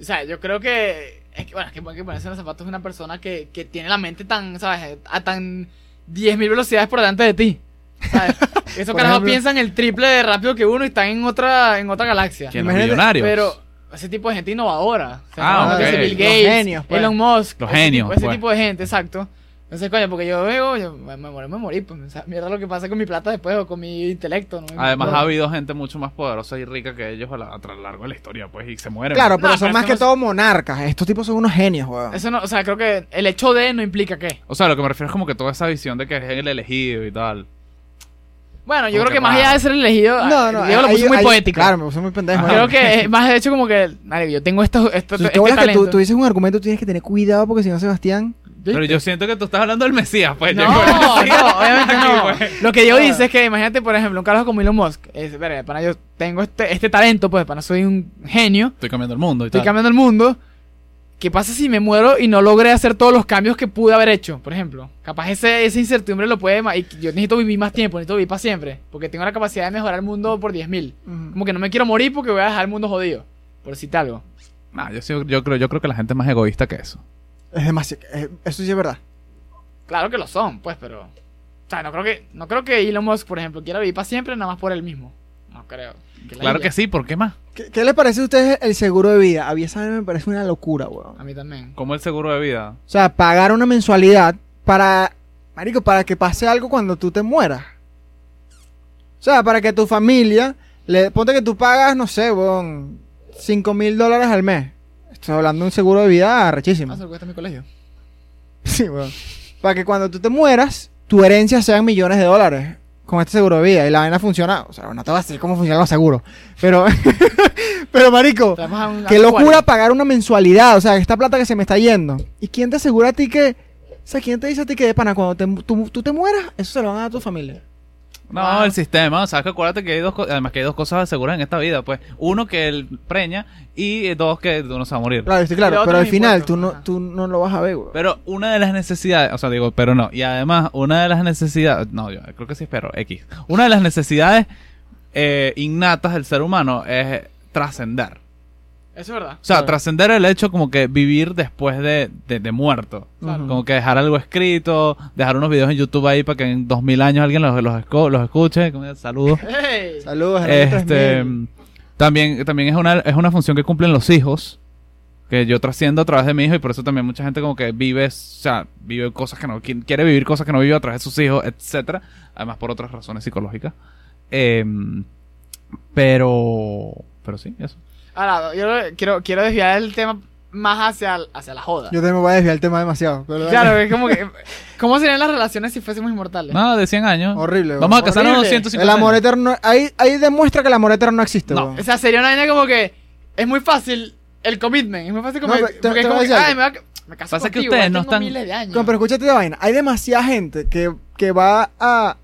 [SPEAKER 2] O sea, yo creo que. Es que, bueno, es que hay que ponerse en los zapatos de una persona que, que tiene la mente tan, ¿sabes? A tan 10.000 velocidades por delante de ti. ¿Sabes? Esos
[SPEAKER 3] Por
[SPEAKER 2] carajos
[SPEAKER 3] ejemplo.
[SPEAKER 2] piensan el triple de rápido que uno y están en otra, en otra galaxia.
[SPEAKER 4] ¿quién? los
[SPEAKER 3] Imagínate,
[SPEAKER 4] millonarios.
[SPEAKER 2] Pero ese tipo de gente innovadora. O
[SPEAKER 4] Ah,
[SPEAKER 2] como que
[SPEAKER 4] ok.
[SPEAKER 2] ese Bill
[SPEAKER 4] Los
[SPEAKER 2] Gates,
[SPEAKER 3] genios, pues.
[SPEAKER 2] Elon Musk.
[SPEAKER 4] Los
[SPEAKER 2] ese
[SPEAKER 4] genios,
[SPEAKER 2] tipo- Ese
[SPEAKER 4] pues.
[SPEAKER 2] tipo de gente, exacto. Entonces, coño, porque yo veo, yo me me morí, me morí. Pues, o sea, mierda lo que pasa con mi plata después o con mi intelecto. ¿no?
[SPEAKER 4] Además ha
[SPEAKER 2] No.
[SPEAKER 4] habido gente mucho más poderosa y rica que ellos a, la- a lo largo de la historia, pues, y se mueren.
[SPEAKER 3] Claro,
[SPEAKER 2] No,
[SPEAKER 3] pero son
[SPEAKER 2] pero
[SPEAKER 3] más
[SPEAKER 2] eso
[SPEAKER 3] que
[SPEAKER 2] no-
[SPEAKER 3] todo monarcas. Estos tipos son unos genios, weón.
[SPEAKER 2] Eso no, o sea, creo que el hecho de no implica que.
[SPEAKER 4] O sea, lo que me refiero es como que toda esa visión de que es el elegido y tal.
[SPEAKER 2] Bueno, yo
[SPEAKER 4] Como
[SPEAKER 2] creo
[SPEAKER 4] que
[SPEAKER 2] que más
[SPEAKER 4] raro.
[SPEAKER 2] allá de ser el elegido,
[SPEAKER 3] No, no,
[SPEAKER 2] Diego lo
[SPEAKER 3] ahí-
[SPEAKER 2] puso muy
[SPEAKER 3] ahí-
[SPEAKER 2] poético.
[SPEAKER 3] Claro, me puse muy pendejo.
[SPEAKER 2] Creo
[SPEAKER 3] ¿no?
[SPEAKER 2] que es más de hecho como que, madre, yo tengo esto, esto,
[SPEAKER 3] Si
[SPEAKER 2] este
[SPEAKER 3] tú, hablas que tú,
[SPEAKER 2] talento.
[SPEAKER 3] tú dices un argumento, tienes que tener cuidado porque si no, Sebastián.
[SPEAKER 4] Pero yo siento que tú estás hablando del Mesías, pues.
[SPEAKER 2] No,
[SPEAKER 4] llegó el Mesías
[SPEAKER 2] no, obviamente
[SPEAKER 4] aquí,
[SPEAKER 2] no.
[SPEAKER 4] pues.
[SPEAKER 2] Lo que yo
[SPEAKER 3] Ah.
[SPEAKER 2] dice es que, imagínate, por ejemplo, un carajo como Elon Musk. Es, verga, pana, yo tengo este, este talento, pues, pana, soy un genio.
[SPEAKER 4] Estoy cambiando el mundo y
[SPEAKER 2] Estoy
[SPEAKER 4] tal.
[SPEAKER 2] cambiando el mundo. ¿Qué pasa si me muero y no logré hacer todos los cambios que pude haber hecho? Por ejemplo, capaz ese, esa incertidumbre lo puede... ma- y Yo necesito vivir más tiempo, necesito vivir para siempre. Porque tengo la capacidad de mejorar el mundo por 10.000. Como que no me quiero morir porque voy a dejar el mundo jodido. Por decirte algo.
[SPEAKER 4] No, Ah, yo, sí- yo creo, yo creo que la gente es más egoísta que eso.
[SPEAKER 3] Es demasiado. eh, Eso sí es verdad.
[SPEAKER 2] Claro que lo son, pues, pero... O sea, no creo que, no creo que Elon Musk, por ejemplo, quiera vivir para siempre nada más por él mismo. No creo. Qué
[SPEAKER 4] Claro
[SPEAKER 2] ladilla.
[SPEAKER 4] que sí, ¿por qué más?
[SPEAKER 3] ¿Qué, qué les parece a ustedes el seguro de vida? A mí esa vaina me parece una locura, weón.
[SPEAKER 2] A mí también.
[SPEAKER 4] Como el seguro de vida.
[SPEAKER 3] O sea, pagar una mensualidad para. Marico, para que pase algo cuando tú te mueras. O sea, para que tu familia. Le, ponte que tú pagas, no sé, weón. 5 mil dólares al mes. Estoy hablando de un seguro de vida rechísimo.
[SPEAKER 2] Ah, se lo cuesta mi colegio.
[SPEAKER 3] Sí, weón. Para que cuando tú te mueras, tu herencia sean millones de dólares. Con este seguro de vida. Y la vaina funciona. O sea, no te vas a decir cómo funcionan los seguros. Pero, pero marico,
[SPEAKER 2] Traemos a un- a
[SPEAKER 3] qué
[SPEAKER 2] un
[SPEAKER 3] locura
[SPEAKER 2] acuario.
[SPEAKER 3] pagar una mensualidad. O sea, esta plata que se me está yendo. ¿Y quién te asegura a ti que... O sea, ¿quién te dice a ti que de pana cuando te, tú, tú te mueras, eso se lo van a dar a tu familia?
[SPEAKER 4] No,
[SPEAKER 2] Wow.
[SPEAKER 4] el sistema. O sea, que acuérdate que hay dos cosas. Además, que hay dos cosas seguras en esta vida, pues. Uno, que él preña. Y dos, que uno se va a morir.
[SPEAKER 3] Claro, estoy
[SPEAKER 2] Y lo
[SPEAKER 3] claro.
[SPEAKER 2] otro
[SPEAKER 3] Pero al
[SPEAKER 2] es
[SPEAKER 3] final
[SPEAKER 2] impuesto,
[SPEAKER 3] tú no,
[SPEAKER 2] ajá.
[SPEAKER 3] tú no lo vas a ver, weón.
[SPEAKER 4] Pero una de las necesidades, o sea, digo, pero no. Y además, una de las necesidades, no, yo creo que sí espero, X. Una de las necesidades eh, innatas del ser humano es trascender.
[SPEAKER 2] Eso es verdad.
[SPEAKER 4] O sea,
[SPEAKER 3] Claro.
[SPEAKER 4] trascender el hecho como que vivir después de, de- de muerto.
[SPEAKER 2] Claro.
[SPEAKER 4] Como que dejar algo escrito, dejar unos videos en YouTube ahí para que en dos mil años alguien los, los, esco- los escuche. Como, Saludos.
[SPEAKER 2] ¡Ey!
[SPEAKER 3] Saludos, Enrique
[SPEAKER 4] este,
[SPEAKER 3] 3000.
[SPEAKER 4] también también es, una, es una función que cumplen los hijos. Que yo trasciendo a través de mi hijo y por eso también mucha gente como que vive, o sea, vive cosas que no, qui- quiere vivir cosas que no vive a través de sus hijos, etcétera. Además por otras razones psicológicas. Em, pero, pero sí, eso.
[SPEAKER 2] Ahora, yo quiero, quiero desviar el tema más hacia, hacia la joda.
[SPEAKER 3] Yo también me voy a desviar el tema demasiado. pero-
[SPEAKER 2] Claro, es como que. ¿Cómo serían las relaciones si fuésemos inmortales?
[SPEAKER 4] No, de 100 años.
[SPEAKER 3] Horrible. weón.
[SPEAKER 4] Vamos a casarnos
[SPEAKER 2] Horrible.
[SPEAKER 4] 250
[SPEAKER 3] El amor
[SPEAKER 4] años.
[SPEAKER 3] eterno. Ahí, ahí demuestra que el amor eterno no existe.
[SPEAKER 4] No,
[SPEAKER 3] weón.
[SPEAKER 2] O sea, sería una vaina como que. Es muy fácil el commitment. Es muy fácil como.
[SPEAKER 3] No,
[SPEAKER 2] que-
[SPEAKER 3] pero te-
[SPEAKER 2] porque
[SPEAKER 3] te
[SPEAKER 2] es como
[SPEAKER 3] voy a
[SPEAKER 2] que.
[SPEAKER 3] decir
[SPEAKER 2] Ay,
[SPEAKER 3] algo.
[SPEAKER 2] me, va, me caso
[SPEAKER 4] Pasa que
[SPEAKER 2] contigo,
[SPEAKER 4] ustedes
[SPEAKER 2] ya
[SPEAKER 4] no
[SPEAKER 2] tengo
[SPEAKER 4] están-
[SPEAKER 2] miles de años.
[SPEAKER 3] No, pero escúchate la vaina. Hay demasiada gente que, que va a.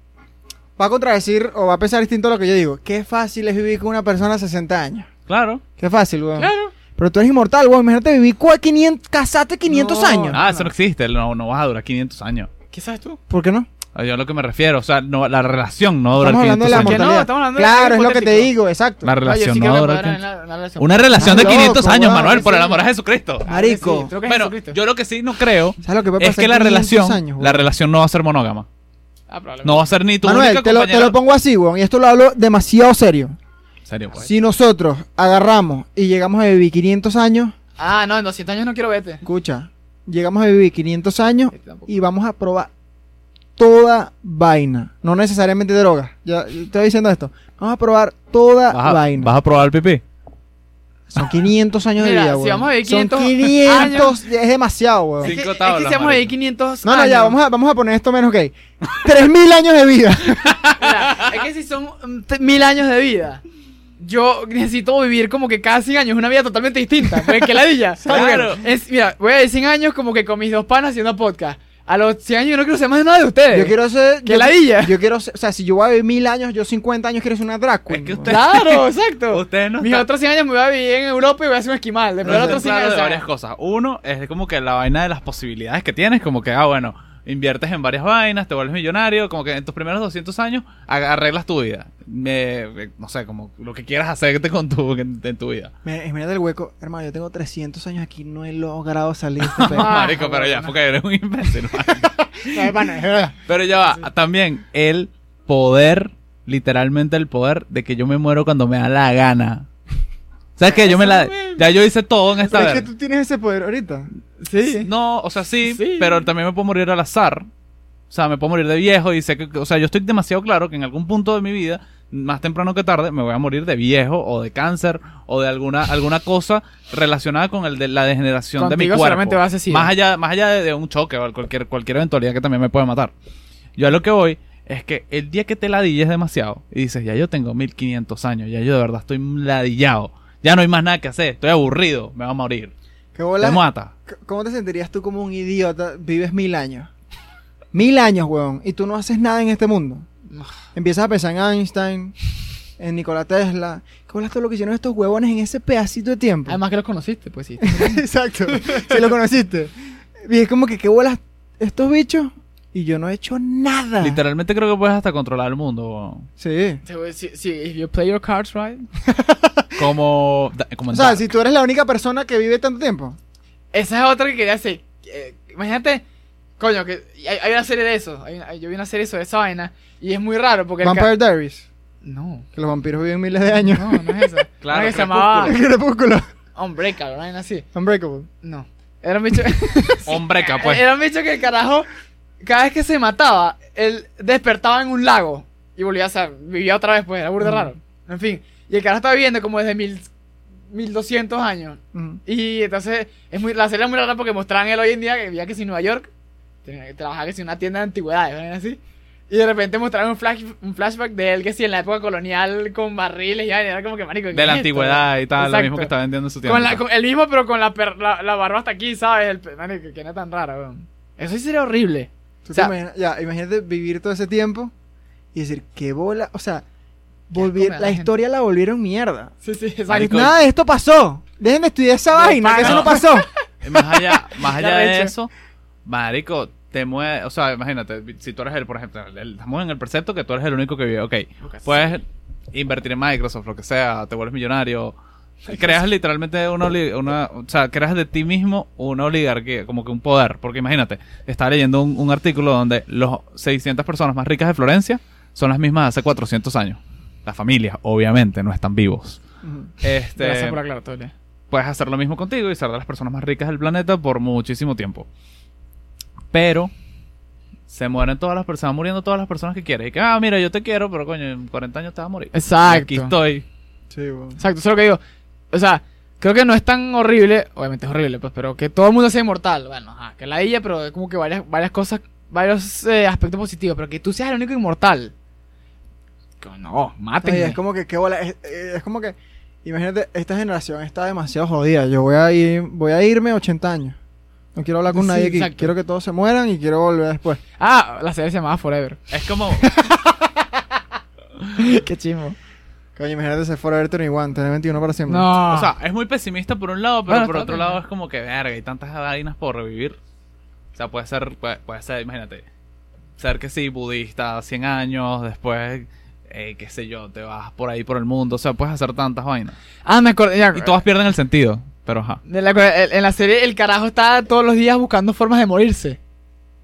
[SPEAKER 3] Va a contradecir o va a pensar distinto a lo que yo digo. Qué fácil es vivir con una persona a 60 años.
[SPEAKER 4] Claro.
[SPEAKER 3] Qué fácil, weón.
[SPEAKER 2] Claro.
[SPEAKER 3] Pero tú eres inmortal, weón. Imagínate vivir cua- 500, casate 500
[SPEAKER 2] No.
[SPEAKER 3] años.
[SPEAKER 4] Ah, eso no existe. No, no vas a durar 500 años.
[SPEAKER 2] ¿Qué sabes tú?
[SPEAKER 3] ¿Por qué no?
[SPEAKER 4] Ah, Yo a lo que me refiero, o sea, no, la relación no dura
[SPEAKER 3] Estamos hablando
[SPEAKER 4] 500
[SPEAKER 3] de la
[SPEAKER 4] años.
[SPEAKER 2] Que no,
[SPEAKER 3] mortalidad.
[SPEAKER 2] estamos hablando de
[SPEAKER 3] claro,
[SPEAKER 2] algo
[SPEAKER 3] es lo que te
[SPEAKER 2] hipotético.
[SPEAKER 3] digo, exacto.
[SPEAKER 4] La
[SPEAKER 2] No, yo
[SPEAKER 4] relación
[SPEAKER 2] sí
[SPEAKER 4] no
[SPEAKER 2] creo
[SPEAKER 4] va a
[SPEAKER 2] que puedo
[SPEAKER 4] durar
[SPEAKER 2] dar
[SPEAKER 4] 500
[SPEAKER 2] una, una relación.
[SPEAKER 4] Una relación de
[SPEAKER 3] Loco,
[SPEAKER 4] 500 años,
[SPEAKER 3] weón,
[SPEAKER 4] Manuel,
[SPEAKER 2] que
[SPEAKER 4] por el
[SPEAKER 2] sí.
[SPEAKER 4] amor de Jesucristo.
[SPEAKER 3] Marico.
[SPEAKER 2] Sí, creo que es
[SPEAKER 4] Bueno,
[SPEAKER 2] Jesucristo.
[SPEAKER 4] yo lo que sí no creo
[SPEAKER 3] ¿Sabes lo que puede
[SPEAKER 4] es
[SPEAKER 3] pasar
[SPEAKER 4] que la
[SPEAKER 3] en 500
[SPEAKER 4] relación,
[SPEAKER 3] años, weón?
[SPEAKER 4] la relación no va a ser monógama.
[SPEAKER 2] Ah, probablemente.
[SPEAKER 4] No va a ser ni tu
[SPEAKER 3] Manuel,
[SPEAKER 4] única
[SPEAKER 3] te lo, te
[SPEAKER 4] compañera.
[SPEAKER 3] lo pongo así, weón. Y esto lo hablo demasiado serio.
[SPEAKER 4] En serio, pues.
[SPEAKER 3] Si nosotros agarramos y llegamos a vivir 500 años,
[SPEAKER 2] Ah, no, en 200 años no quiero vete.
[SPEAKER 3] escucha, llegamos a vivir 500 años
[SPEAKER 2] Este tampoco.
[SPEAKER 3] y vamos a probar toda vaina. No necesariamente drogas. Ya yo estoy diciendo esto. Vamos a probar toda
[SPEAKER 4] Vas a,
[SPEAKER 3] vaina.
[SPEAKER 4] vas a probar el pipí.
[SPEAKER 3] Son 500 años
[SPEAKER 2] Mira,
[SPEAKER 3] de vida,
[SPEAKER 2] si
[SPEAKER 3] weón.
[SPEAKER 2] vamos a vivir 500
[SPEAKER 3] Son 500, es demasiado, weón.
[SPEAKER 4] Sí,
[SPEAKER 2] Es que,
[SPEAKER 4] Cinco
[SPEAKER 2] es que
[SPEAKER 4] tablas,
[SPEAKER 2] si vamos a ir
[SPEAKER 4] marico.
[SPEAKER 2] 500
[SPEAKER 3] No, no, ya,
[SPEAKER 2] años.
[SPEAKER 3] vamos a, vamos a poner esto menos gay. 3000 años de vida.
[SPEAKER 2] Mira, es que si son mm, t- mil años de vida, yo necesito vivir como que cada 100 años una vida totalmente distinta. Pues que la villa.
[SPEAKER 4] Claro.
[SPEAKER 2] Es, mira, voy a ir 100 años como que con mis dos panas haciendo podcast. A los 100 años yo no quiero ser más de nada de ustedes.
[SPEAKER 3] Yo quiero ser.
[SPEAKER 2] ¡Qué
[SPEAKER 3] yo-
[SPEAKER 2] ladilla!
[SPEAKER 3] Yo quiero ser. O sea, si yo voy a vivir 1000 años, yo 50 años quiero ser una drag queen.
[SPEAKER 4] Es que
[SPEAKER 3] weón.
[SPEAKER 4] usted-
[SPEAKER 2] Claro, exacto.
[SPEAKER 4] Ustedes no
[SPEAKER 2] mis
[SPEAKER 4] están-
[SPEAKER 2] otros 100 años me voy a vivir en Europa y voy a ser un esquimal. Después
[SPEAKER 4] Pero
[SPEAKER 2] los otros 100
[SPEAKER 4] claro de
[SPEAKER 2] años. o sea,
[SPEAKER 4] varias cosas. Uno es como que la vaina de las posibilidades que tienes, como que, ah, bueno, inviertes en varias vainas, te vuelves millonario, como que en tus primeros 200 años ag- arreglas tu vida. Me- no sé, como lo que quieras hacerte con tu, en, en tu vida.
[SPEAKER 3] Mira, Imagínate el hueco. Hermano, yo tengo 300 años aquí, no he logrado salir. de este pedo.
[SPEAKER 2] Ah,
[SPEAKER 4] Marico, pero ya,
[SPEAKER 2] bueno.
[SPEAKER 4] porque eres un imbécil. marico.
[SPEAKER 3] No, hermano, es verdad.
[SPEAKER 4] pero ya va, también el poder, literalmente el poder de que yo me muero cuando me da la gana. ¿Sabes qué? Yo me la... Ya yo hice todo en esta
[SPEAKER 3] Pero es que
[SPEAKER 4] vez.
[SPEAKER 3] tú tienes ese poder ahorita.
[SPEAKER 2] Sí.
[SPEAKER 4] No, o sea, sí,
[SPEAKER 2] Sí.
[SPEAKER 4] pero también me puedo morir al azar. O sea, me puedo morir de viejo y sé que, o sea, yo estoy demasiado claro que en algún punto de mi vida, más temprano que tarde, me voy a morir de viejo o de cáncer o de alguna alguna cosa relacionada con el de la degeneración de mi
[SPEAKER 2] Contigo
[SPEAKER 4] cuerpo.
[SPEAKER 2] solamente va a ser SIDA.
[SPEAKER 4] más allá más allá de, de un choque o cualquier cualquier eventualidad que también me puede matar. Yo a lo que voy es que el día que te ladilles demasiado y dices, "Ya yo tengo 1500 años, ya yo de verdad estoy ladillado, ya no hay más nada que hacer, estoy aburrido, me va a morir."
[SPEAKER 3] ¿Qué bola?
[SPEAKER 4] Te mata.
[SPEAKER 3] C- ¿Cómo te sentirías tú como un idiota? Vives mil años. Mil años, weón. Y tú no haces nada en este mundo. Empiezas a pensar en Einstein, en Nikola Tesla. ¿Qué bola es todo lo que hicieron estos huevones en ese pedacito de tiempo?
[SPEAKER 2] Además que los conociste, pues sí.
[SPEAKER 3] Exacto. Si lo conociste. Y es como que, ¿qué bolas estos bichos? Y yo no he hecho nada.
[SPEAKER 4] Literalmente creo que puedes hasta controlar el mundo. weón.
[SPEAKER 3] Sí.
[SPEAKER 2] Si, si if you play your cards right.
[SPEAKER 4] Como, da- como
[SPEAKER 3] O
[SPEAKER 4] en
[SPEAKER 3] sea,
[SPEAKER 4] Dark.
[SPEAKER 3] si tú eres la única persona que vive tanto tiempo.
[SPEAKER 2] Esa es otra que quería hacer. Eh, imagínate, coño, que hay, hay una serie de eso. Hay una- yo vi una serie sobre esa vaina. Y es muy raro porque. el ca-
[SPEAKER 3] Vampire Diaries.
[SPEAKER 2] No.
[SPEAKER 3] Que los vampiros viven miles de años.
[SPEAKER 2] No, no es esa.
[SPEAKER 4] Claro,
[SPEAKER 2] Una que se
[SPEAKER 4] Crepúsculo.
[SPEAKER 2] llamaba
[SPEAKER 3] Crepúsculo.
[SPEAKER 2] Unbreakable, una vaina así.
[SPEAKER 3] Unbreakable.
[SPEAKER 2] No. Era un bicho. Eh,
[SPEAKER 4] Hombre, capaz.
[SPEAKER 2] Era un bicho que el carajo, cada vez que se mataba, él despertaba en un lago. Y volvía a ser. Vivía otra vez, pues. Era burda
[SPEAKER 3] Mm.
[SPEAKER 2] raro. En fin. Y el carajo estaba viviendo como desde mil. 1200 años.
[SPEAKER 3] Mm.
[SPEAKER 2] Y entonces, es muy, la serie es muy rara porque mostraban él hoy en día que vivía que si en Nueva York, tenía que trabajar que si en una tienda de antigüedades, ¿verdad? así. Y de repente mostraron un, flash, un flashback de él que si en la época colonial con barriles y vaina, era como que marico. ¿qué
[SPEAKER 4] de la
[SPEAKER 2] es esto,
[SPEAKER 4] antigüedad y tal, lo
[SPEAKER 2] Exacto.
[SPEAKER 4] mismo que está vendiendo en su tiempo.
[SPEAKER 2] Con la- con el mismo, pero con la, per- la, la barba hasta aquí, ¿sabes? El, pe- marico, que no es tan raro, weón. Eso sí sería horrible.
[SPEAKER 3] ¿Tú
[SPEAKER 2] O sea-
[SPEAKER 3] te imaginas- ya, imagínate vivir todo ese tiempo y decir, qué bola. O sea,
[SPEAKER 2] asco
[SPEAKER 3] volvi-
[SPEAKER 2] me da
[SPEAKER 3] la
[SPEAKER 2] la
[SPEAKER 3] historia la volvieron mierda.
[SPEAKER 2] Sí, sí, exacto.
[SPEAKER 4] Marico.
[SPEAKER 3] Nada de esto pasó. Dejen de estudiar esa
[SPEAKER 2] No,
[SPEAKER 3] vaina, que
[SPEAKER 2] pana.
[SPEAKER 3] eso no pasó.
[SPEAKER 4] Más allá, más
[SPEAKER 2] Ya
[SPEAKER 4] allá de
[SPEAKER 2] recho.
[SPEAKER 4] eso, marico, te mueve, o sea, imagínate, si tú eres el, por ejemplo, el- el- estamos en el precepto que tú eres el único que vive, ok, puedes invertir en Microsoft, lo que sea, te vuelves millonario, creas literalmente una, oli- una, o sea, creas de ti mismo una oligarquía, como que un poder, porque imagínate, estaba leyendo un, un artículo donde los 600 personas más ricas de Florencia son las mismas de hace 400 años. Las familias, obviamente, no están vivos. Este,
[SPEAKER 2] Gracias por aclarar, Tole.
[SPEAKER 4] puedes hacer lo mismo contigo y ser de las personas más ricas del planeta por muchísimo tiempo. Pero se mueren todas las personas, muriendo todas las personas que quieres. Y que, ah, mira, yo te quiero, pero coño, en 40 años te vas a morir. Y
[SPEAKER 2] Exacto.
[SPEAKER 4] Aquí estoy.
[SPEAKER 3] Sí, bueno.
[SPEAKER 2] Exacto, eso es lo que digo. O sea, Creo que no es tan horrible, obviamente es horrible, pues, pero que todo el mundo sea inmortal. Bueno, ajá, que la ella, pero es como que varias, varias cosas, varios eh, aspectos positivos, pero que tú seas el único inmortal. Que No,
[SPEAKER 3] Ay,
[SPEAKER 2] mátenme.
[SPEAKER 3] es como que, qué bola, es, eh, es como que, imagínate, esta generación está demasiado jodida. Yo voy a, ir, voy a irme 80 años. No quiero hablar con
[SPEAKER 2] Sí,
[SPEAKER 3] nadie aquí.
[SPEAKER 2] exacto.
[SPEAKER 3] Quiero que todos se mueran y quiero volver después.
[SPEAKER 2] Ah, la serie se llamaba Forever.
[SPEAKER 4] Es como.
[SPEAKER 2] Qué chismo.
[SPEAKER 3] Coño, imagínate ser Forever 21, tener 21 para siempre.
[SPEAKER 2] No.
[SPEAKER 4] O sea, es muy pesimista por un lado, pero
[SPEAKER 2] Ah. Bueno,
[SPEAKER 4] por
[SPEAKER 2] está
[SPEAKER 4] otro
[SPEAKER 2] bien.
[SPEAKER 4] lado es como que, verga, hay tantas vainas por revivir. O sea, puede ser, puede, puede ser, imagínate, ser que sí, budista, 100 años, después, eh, qué sé yo, te vas por ahí por el mundo. O sea, puedes hacer tantas vainas.
[SPEAKER 2] ah, me acordé. ya-
[SPEAKER 4] Y todas pierden el sentido, pero ajá.
[SPEAKER 2] De la- el- en la serie el carajo estaba todos los días buscando formas de morirse.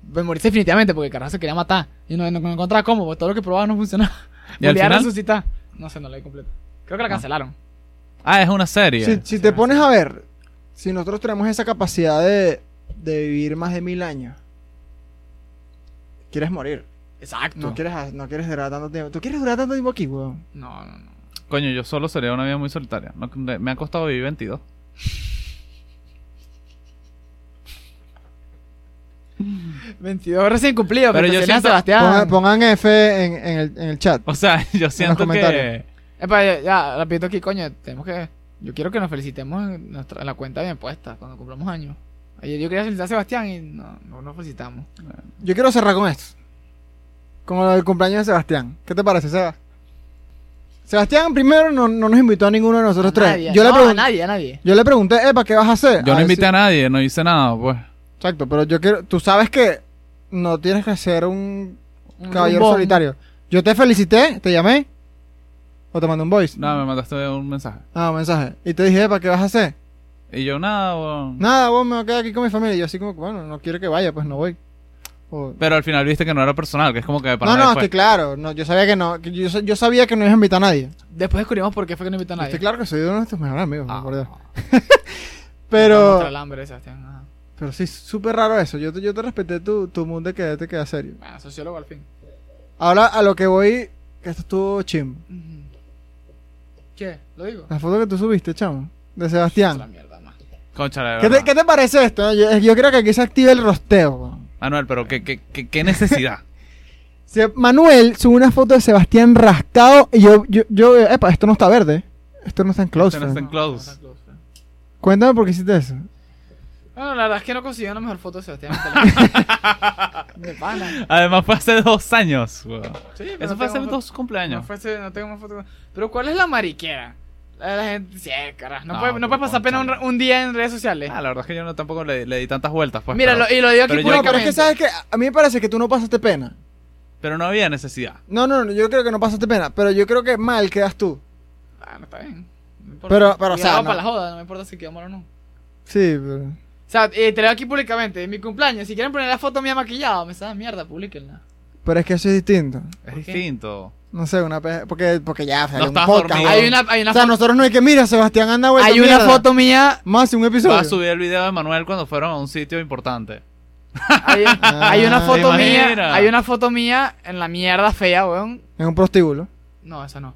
[SPEAKER 2] De morirse definitivamente, porque el carajo se quería matar. Y no, no, no encontraba cómo, porque todo lo que probaba no funcionaba.
[SPEAKER 4] ¿Y al
[SPEAKER 2] Volvía a
[SPEAKER 4] final?
[SPEAKER 2] resucitar. No sé, no la he completo. Creo que la cancelaron.
[SPEAKER 4] Ah, es una serie.
[SPEAKER 3] Si, si te pones a ver, si nosotros tenemos esa capacidad de, de vivir más de mil años, quieres morir.
[SPEAKER 2] Exacto.
[SPEAKER 3] No quieres, no quieres durar tanto tiempo. ¿Tú quieres durar tanto tiempo aquí, weón?
[SPEAKER 2] no, no, no.
[SPEAKER 4] Coño, yo solo sería una vida muy solitaria. No, me me ha costado vivir 22.
[SPEAKER 2] no. 22 recién cumplido,
[SPEAKER 4] Pero
[SPEAKER 2] pero
[SPEAKER 4] yo
[SPEAKER 2] yo
[SPEAKER 4] siento-
[SPEAKER 2] Sebastián.
[SPEAKER 3] Pongan, pongan F en, en el, en el chat.
[SPEAKER 4] O sea, yo siento
[SPEAKER 3] comentarios.
[SPEAKER 4] que...
[SPEAKER 2] Epa, ya, ya, repito aquí, coño, tenemos que. Yo quiero que nos felicitemos en, nuestra, en la cuenta bien puesta cuando cumplamos años. Ayer yo quería felicitar a Sebastián y no, no nos felicitamos.
[SPEAKER 3] Yo quiero cerrar con esto. Con lo del cumpleaños de Sebastián. ¿Qué te parece, Seba? Sebastián primero no, no nos invitó a ninguno de nosotros tres.
[SPEAKER 2] Nadie,
[SPEAKER 3] yo, le
[SPEAKER 2] no, a
[SPEAKER 3] pregun-
[SPEAKER 2] nadie, a nadie.
[SPEAKER 3] yo le pregunté, Epa, ¿qué vas a hacer?
[SPEAKER 4] Yo no
[SPEAKER 3] A ver
[SPEAKER 4] invité
[SPEAKER 3] si-
[SPEAKER 4] a nadie, no hice nada, pues.
[SPEAKER 3] Exacto, pero yo quiero. Tú sabes que no tienes que ser un
[SPEAKER 2] Un
[SPEAKER 3] caballero
[SPEAKER 2] rumbón.
[SPEAKER 3] solitario. Yo te felicité, te llamé. O te mandé un voice.
[SPEAKER 4] Nada, me mandaste un mensaje.
[SPEAKER 3] Ah, un mensaje. Y te dije, Epa, ¿qué vas a hacer?
[SPEAKER 4] Y yo nada, weón.
[SPEAKER 3] Nada, vos me voy a quedar aquí con mi familia. Y yo así como, bueno, no quiero que vaya, pues no voy. O-
[SPEAKER 4] Pero al final viste que no era personal, que es como que para pues.
[SPEAKER 3] No, no,
[SPEAKER 4] después.
[SPEAKER 3] estoy claro. No, yo sabía que no. que Yo, sa- yo sabía que no ibas a invitar a nadie.
[SPEAKER 2] Después descubrimos por qué fue que no invitó a nadie.
[SPEAKER 3] Estoy claro que soy uno de tus mejores amigos,
[SPEAKER 4] Ah.
[SPEAKER 3] por Dios.
[SPEAKER 2] Vamos a
[SPEAKER 3] Pero,
[SPEAKER 2] mostrar el hambre, Sebastián. ajá.
[SPEAKER 3] pero sí, súper raro eso. Yo te, yo te respeté tu, tu mood de que te quedas serio.
[SPEAKER 2] Bueno, sociólogo al fin.
[SPEAKER 3] Ahora a lo que voy, que esto estuvo chimbo.
[SPEAKER 2] ¿Qué? ¿Lo digo?
[SPEAKER 3] La foto que tú subiste, chamo, de Sebastián.
[SPEAKER 2] mierda, más.
[SPEAKER 4] Cónchale,
[SPEAKER 3] ¿Qué te,
[SPEAKER 4] ¿verdad?
[SPEAKER 3] qué te parece esto? eh? Yo, yo creo que aquí se activa el rosteo. weón.
[SPEAKER 4] Manuel, Ah, pero qué, qué, qué, qué necesidad.
[SPEAKER 3] Se- Manuel sube una foto de Sebastián rascado y yo, yo, yo, epa, esto no está verde. Esto no está en close.
[SPEAKER 4] Esto no está
[SPEAKER 3] friend.
[SPEAKER 4] en- Close.
[SPEAKER 2] ¿eh?
[SPEAKER 3] Cuéntame por qué hiciste eso.
[SPEAKER 2] Bueno, la verdad es que no consiguió una mejor foto de Sebastián. Telmo. de pana.
[SPEAKER 4] Además fue hace dos años, weón.
[SPEAKER 2] Sí,
[SPEAKER 4] Eso
[SPEAKER 2] pero no
[SPEAKER 4] fue
[SPEAKER 2] tengo
[SPEAKER 4] hace
[SPEAKER 2] foto-
[SPEAKER 4] dos
[SPEAKER 2] No,
[SPEAKER 4] cumpleaños.
[SPEAKER 2] fue hace- no tengo más foto. Pero ¿cuál es la mariquera? La de la gente. Sí, carajo. No,
[SPEAKER 4] No,
[SPEAKER 2] puede, no
[SPEAKER 4] pero
[SPEAKER 2] puede pasar pena un,
[SPEAKER 4] cónchale.
[SPEAKER 2] un día en redes sociales.
[SPEAKER 4] Ah, la verdad es que yo no tampoco le, le di tantas vueltas, pues.
[SPEAKER 2] Mira,
[SPEAKER 4] pero,
[SPEAKER 2] lo- y lo digo aquí
[SPEAKER 4] pero yo-
[SPEAKER 3] No, pero es
[SPEAKER 2] públicamente.
[SPEAKER 3] que sabes que a mí me parece que tú no pasaste pena.
[SPEAKER 4] pero no había necesidad.
[SPEAKER 3] No, no, no, yo creo que no pasaste pena, pero yo creo que mal quedas tú.
[SPEAKER 2] Ah, no está bien. No importa.
[SPEAKER 3] Pero, pero, o
[SPEAKER 2] Y
[SPEAKER 3] sea,
[SPEAKER 2] hago
[SPEAKER 3] no.
[SPEAKER 2] para la joda, no me importa si quedó mal o no.
[SPEAKER 3] Sí, pero...
[SPEAKER 2] O sea, eh, te lo digo aquí públicamente. En mi cumpleaños, si quieren poner la foto mía maquillada, me saben mierda, publiquenla.
[SPEAKER 3] pero es que eso es distinto.
[SPEAKER 4] Es
[SPEAKER 2] ¿Por qué?
[SPEAKER 4] distinto.
[SPEAKER 3] No sé, una pe- porque porque ya salió un
[SPEAKER 4] estabas
[SPEAKER 3] podcast.
[SPEAKER 4] dormido.
[SPEAKER 3] weón.
[SPEAKER 2] Hay una, hay una
[SPEAKER 3] o sea,
[SPEAKER 2] foto-
[SPEAKER 3] nosotros no hay que mira, Sebastián anda vuelto
[SPEAKER 2] Hay una
[SPEAKER 3] mierda.
[SPEAKER 2] foto mía.
[SPEAKER 3] más un
[SPEAKER 4] Voy a
[SPEAKER 3] episodio.
[SPEAKER 4] subir el video de Manuel cuando fueron a un sitio importante.
[SPEAKER 2] Hay, hay una
[SPEAKER 3] ¿te
[SPEAKER 2] foto mía.
[SPEAKER 4] imaginas?
[SPEAKER 2] Hay una foto mía en la mierda fea, weón.
[SPEAKER 3] En un prostíbulo.
[SPEAKER 2] No, eso no.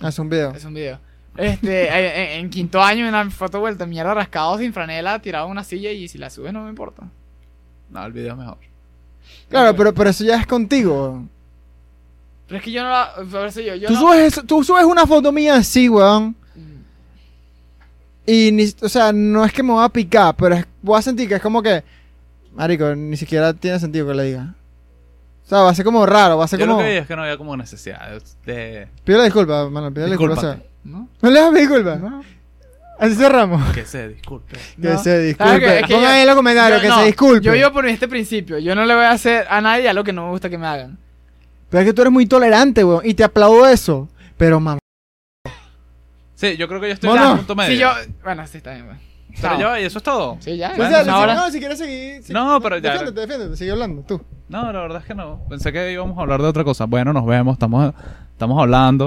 [SPEAKER 3] Hace un video.
[SPEAKER 2] Es un video. Este, hay- en, en quinto año, una foto vuelta mierda rascado sin franela, tirado en una silla y si la subes no me importa.
[SPEAKER 4] No, el video es mejor.
[SPEAKER 3] Claro, pero, pero eso ya es contigo. weón.
[SPEAKER 2] Pero es que yo no la. Por eso yo, yo
[SPEAKER 3] tú,
[SPEAKER 2] no-
[SPEAKER 3] subes eso- tú subes una foto mía así, weón. Y ni, o sea, no es que me va a picar, pero es- voy a sentir que es como que. Marico, ni siquiera tiene sentido que le diga. O sea, va a ser como raro, va a ser
[SPEAKER 4] Yo
[SPEAKER 3] como.
[SPEAKER 4] lo que vi es que no había como necesidad de...
[SPEAKER 3] Pídele disculpas, mano, pídele disculpas.
[SPEAKER 4] Discúlpate.
[SPEAKER 3] o sea,
[SPEAKER 2] ¿No?
[SPEAKER 3] No le das disculpas. Así cerramos.
[SPEAKER 4] Que se disculpe.
[SPEAKER 3] Ah, Que
[SPEAKER 2] No.
[SPEAKER 3] se
[SPEAKER 2] ¿Sabes qué?
[SPEAKER 3] disculpe.
[SPEAKER 2] Es que
[SPEAKER 3] Pongan
[SPEAKER 2] yo-
[SPEAKER 3] ahí en los comentarios
[SPEAKER 2] yo-
[SPEAKER 3] que
[SPEAKER 2] no,
[SPEAKER 3] se disculpe.
[SPEAKER 2] Yo vivo por este principio. Yo no le voy a hacer a nadie a lo que no me gusta que me hagan.
[SPEAKER 3] Pero es que tú eres muy tolerante, weón. Y te aplaudo eso. Pero, mamá.
[SPEAKER 4] Sí, yo creo que yo estoy
[SPEAKER 3] Bueno,
[SPEAKER 4] en el punto medio.
[SPEAKER 2] Si yo. Bueno, sí, está bien, weón.
[SPEAKER 4] Pero
[SPEAKER 2] Chao.
[SPEAKER 4] yo, y eso es todo.
[SPEAKER 2] Sí, ya.
[SPEAKER 4] Bueno,
[SPEAKER 3] o sea,
[SPEAKER 2] una
[SPEAKER 3] si-
[SPEAKER 2] hora.
[SPEAKER 3] no, si quieres seguir. si-
[SPEAKER 4] No, pero ya-
[SPEAKER 3] Defiéndete, defiéndete. Sigue hablando, tú.
[SPEAKER 4] No, la verdad es que no. Pensé que íbamos a hablar de otra cosa. Bueno, nos vemos, estamos, estamos hablando.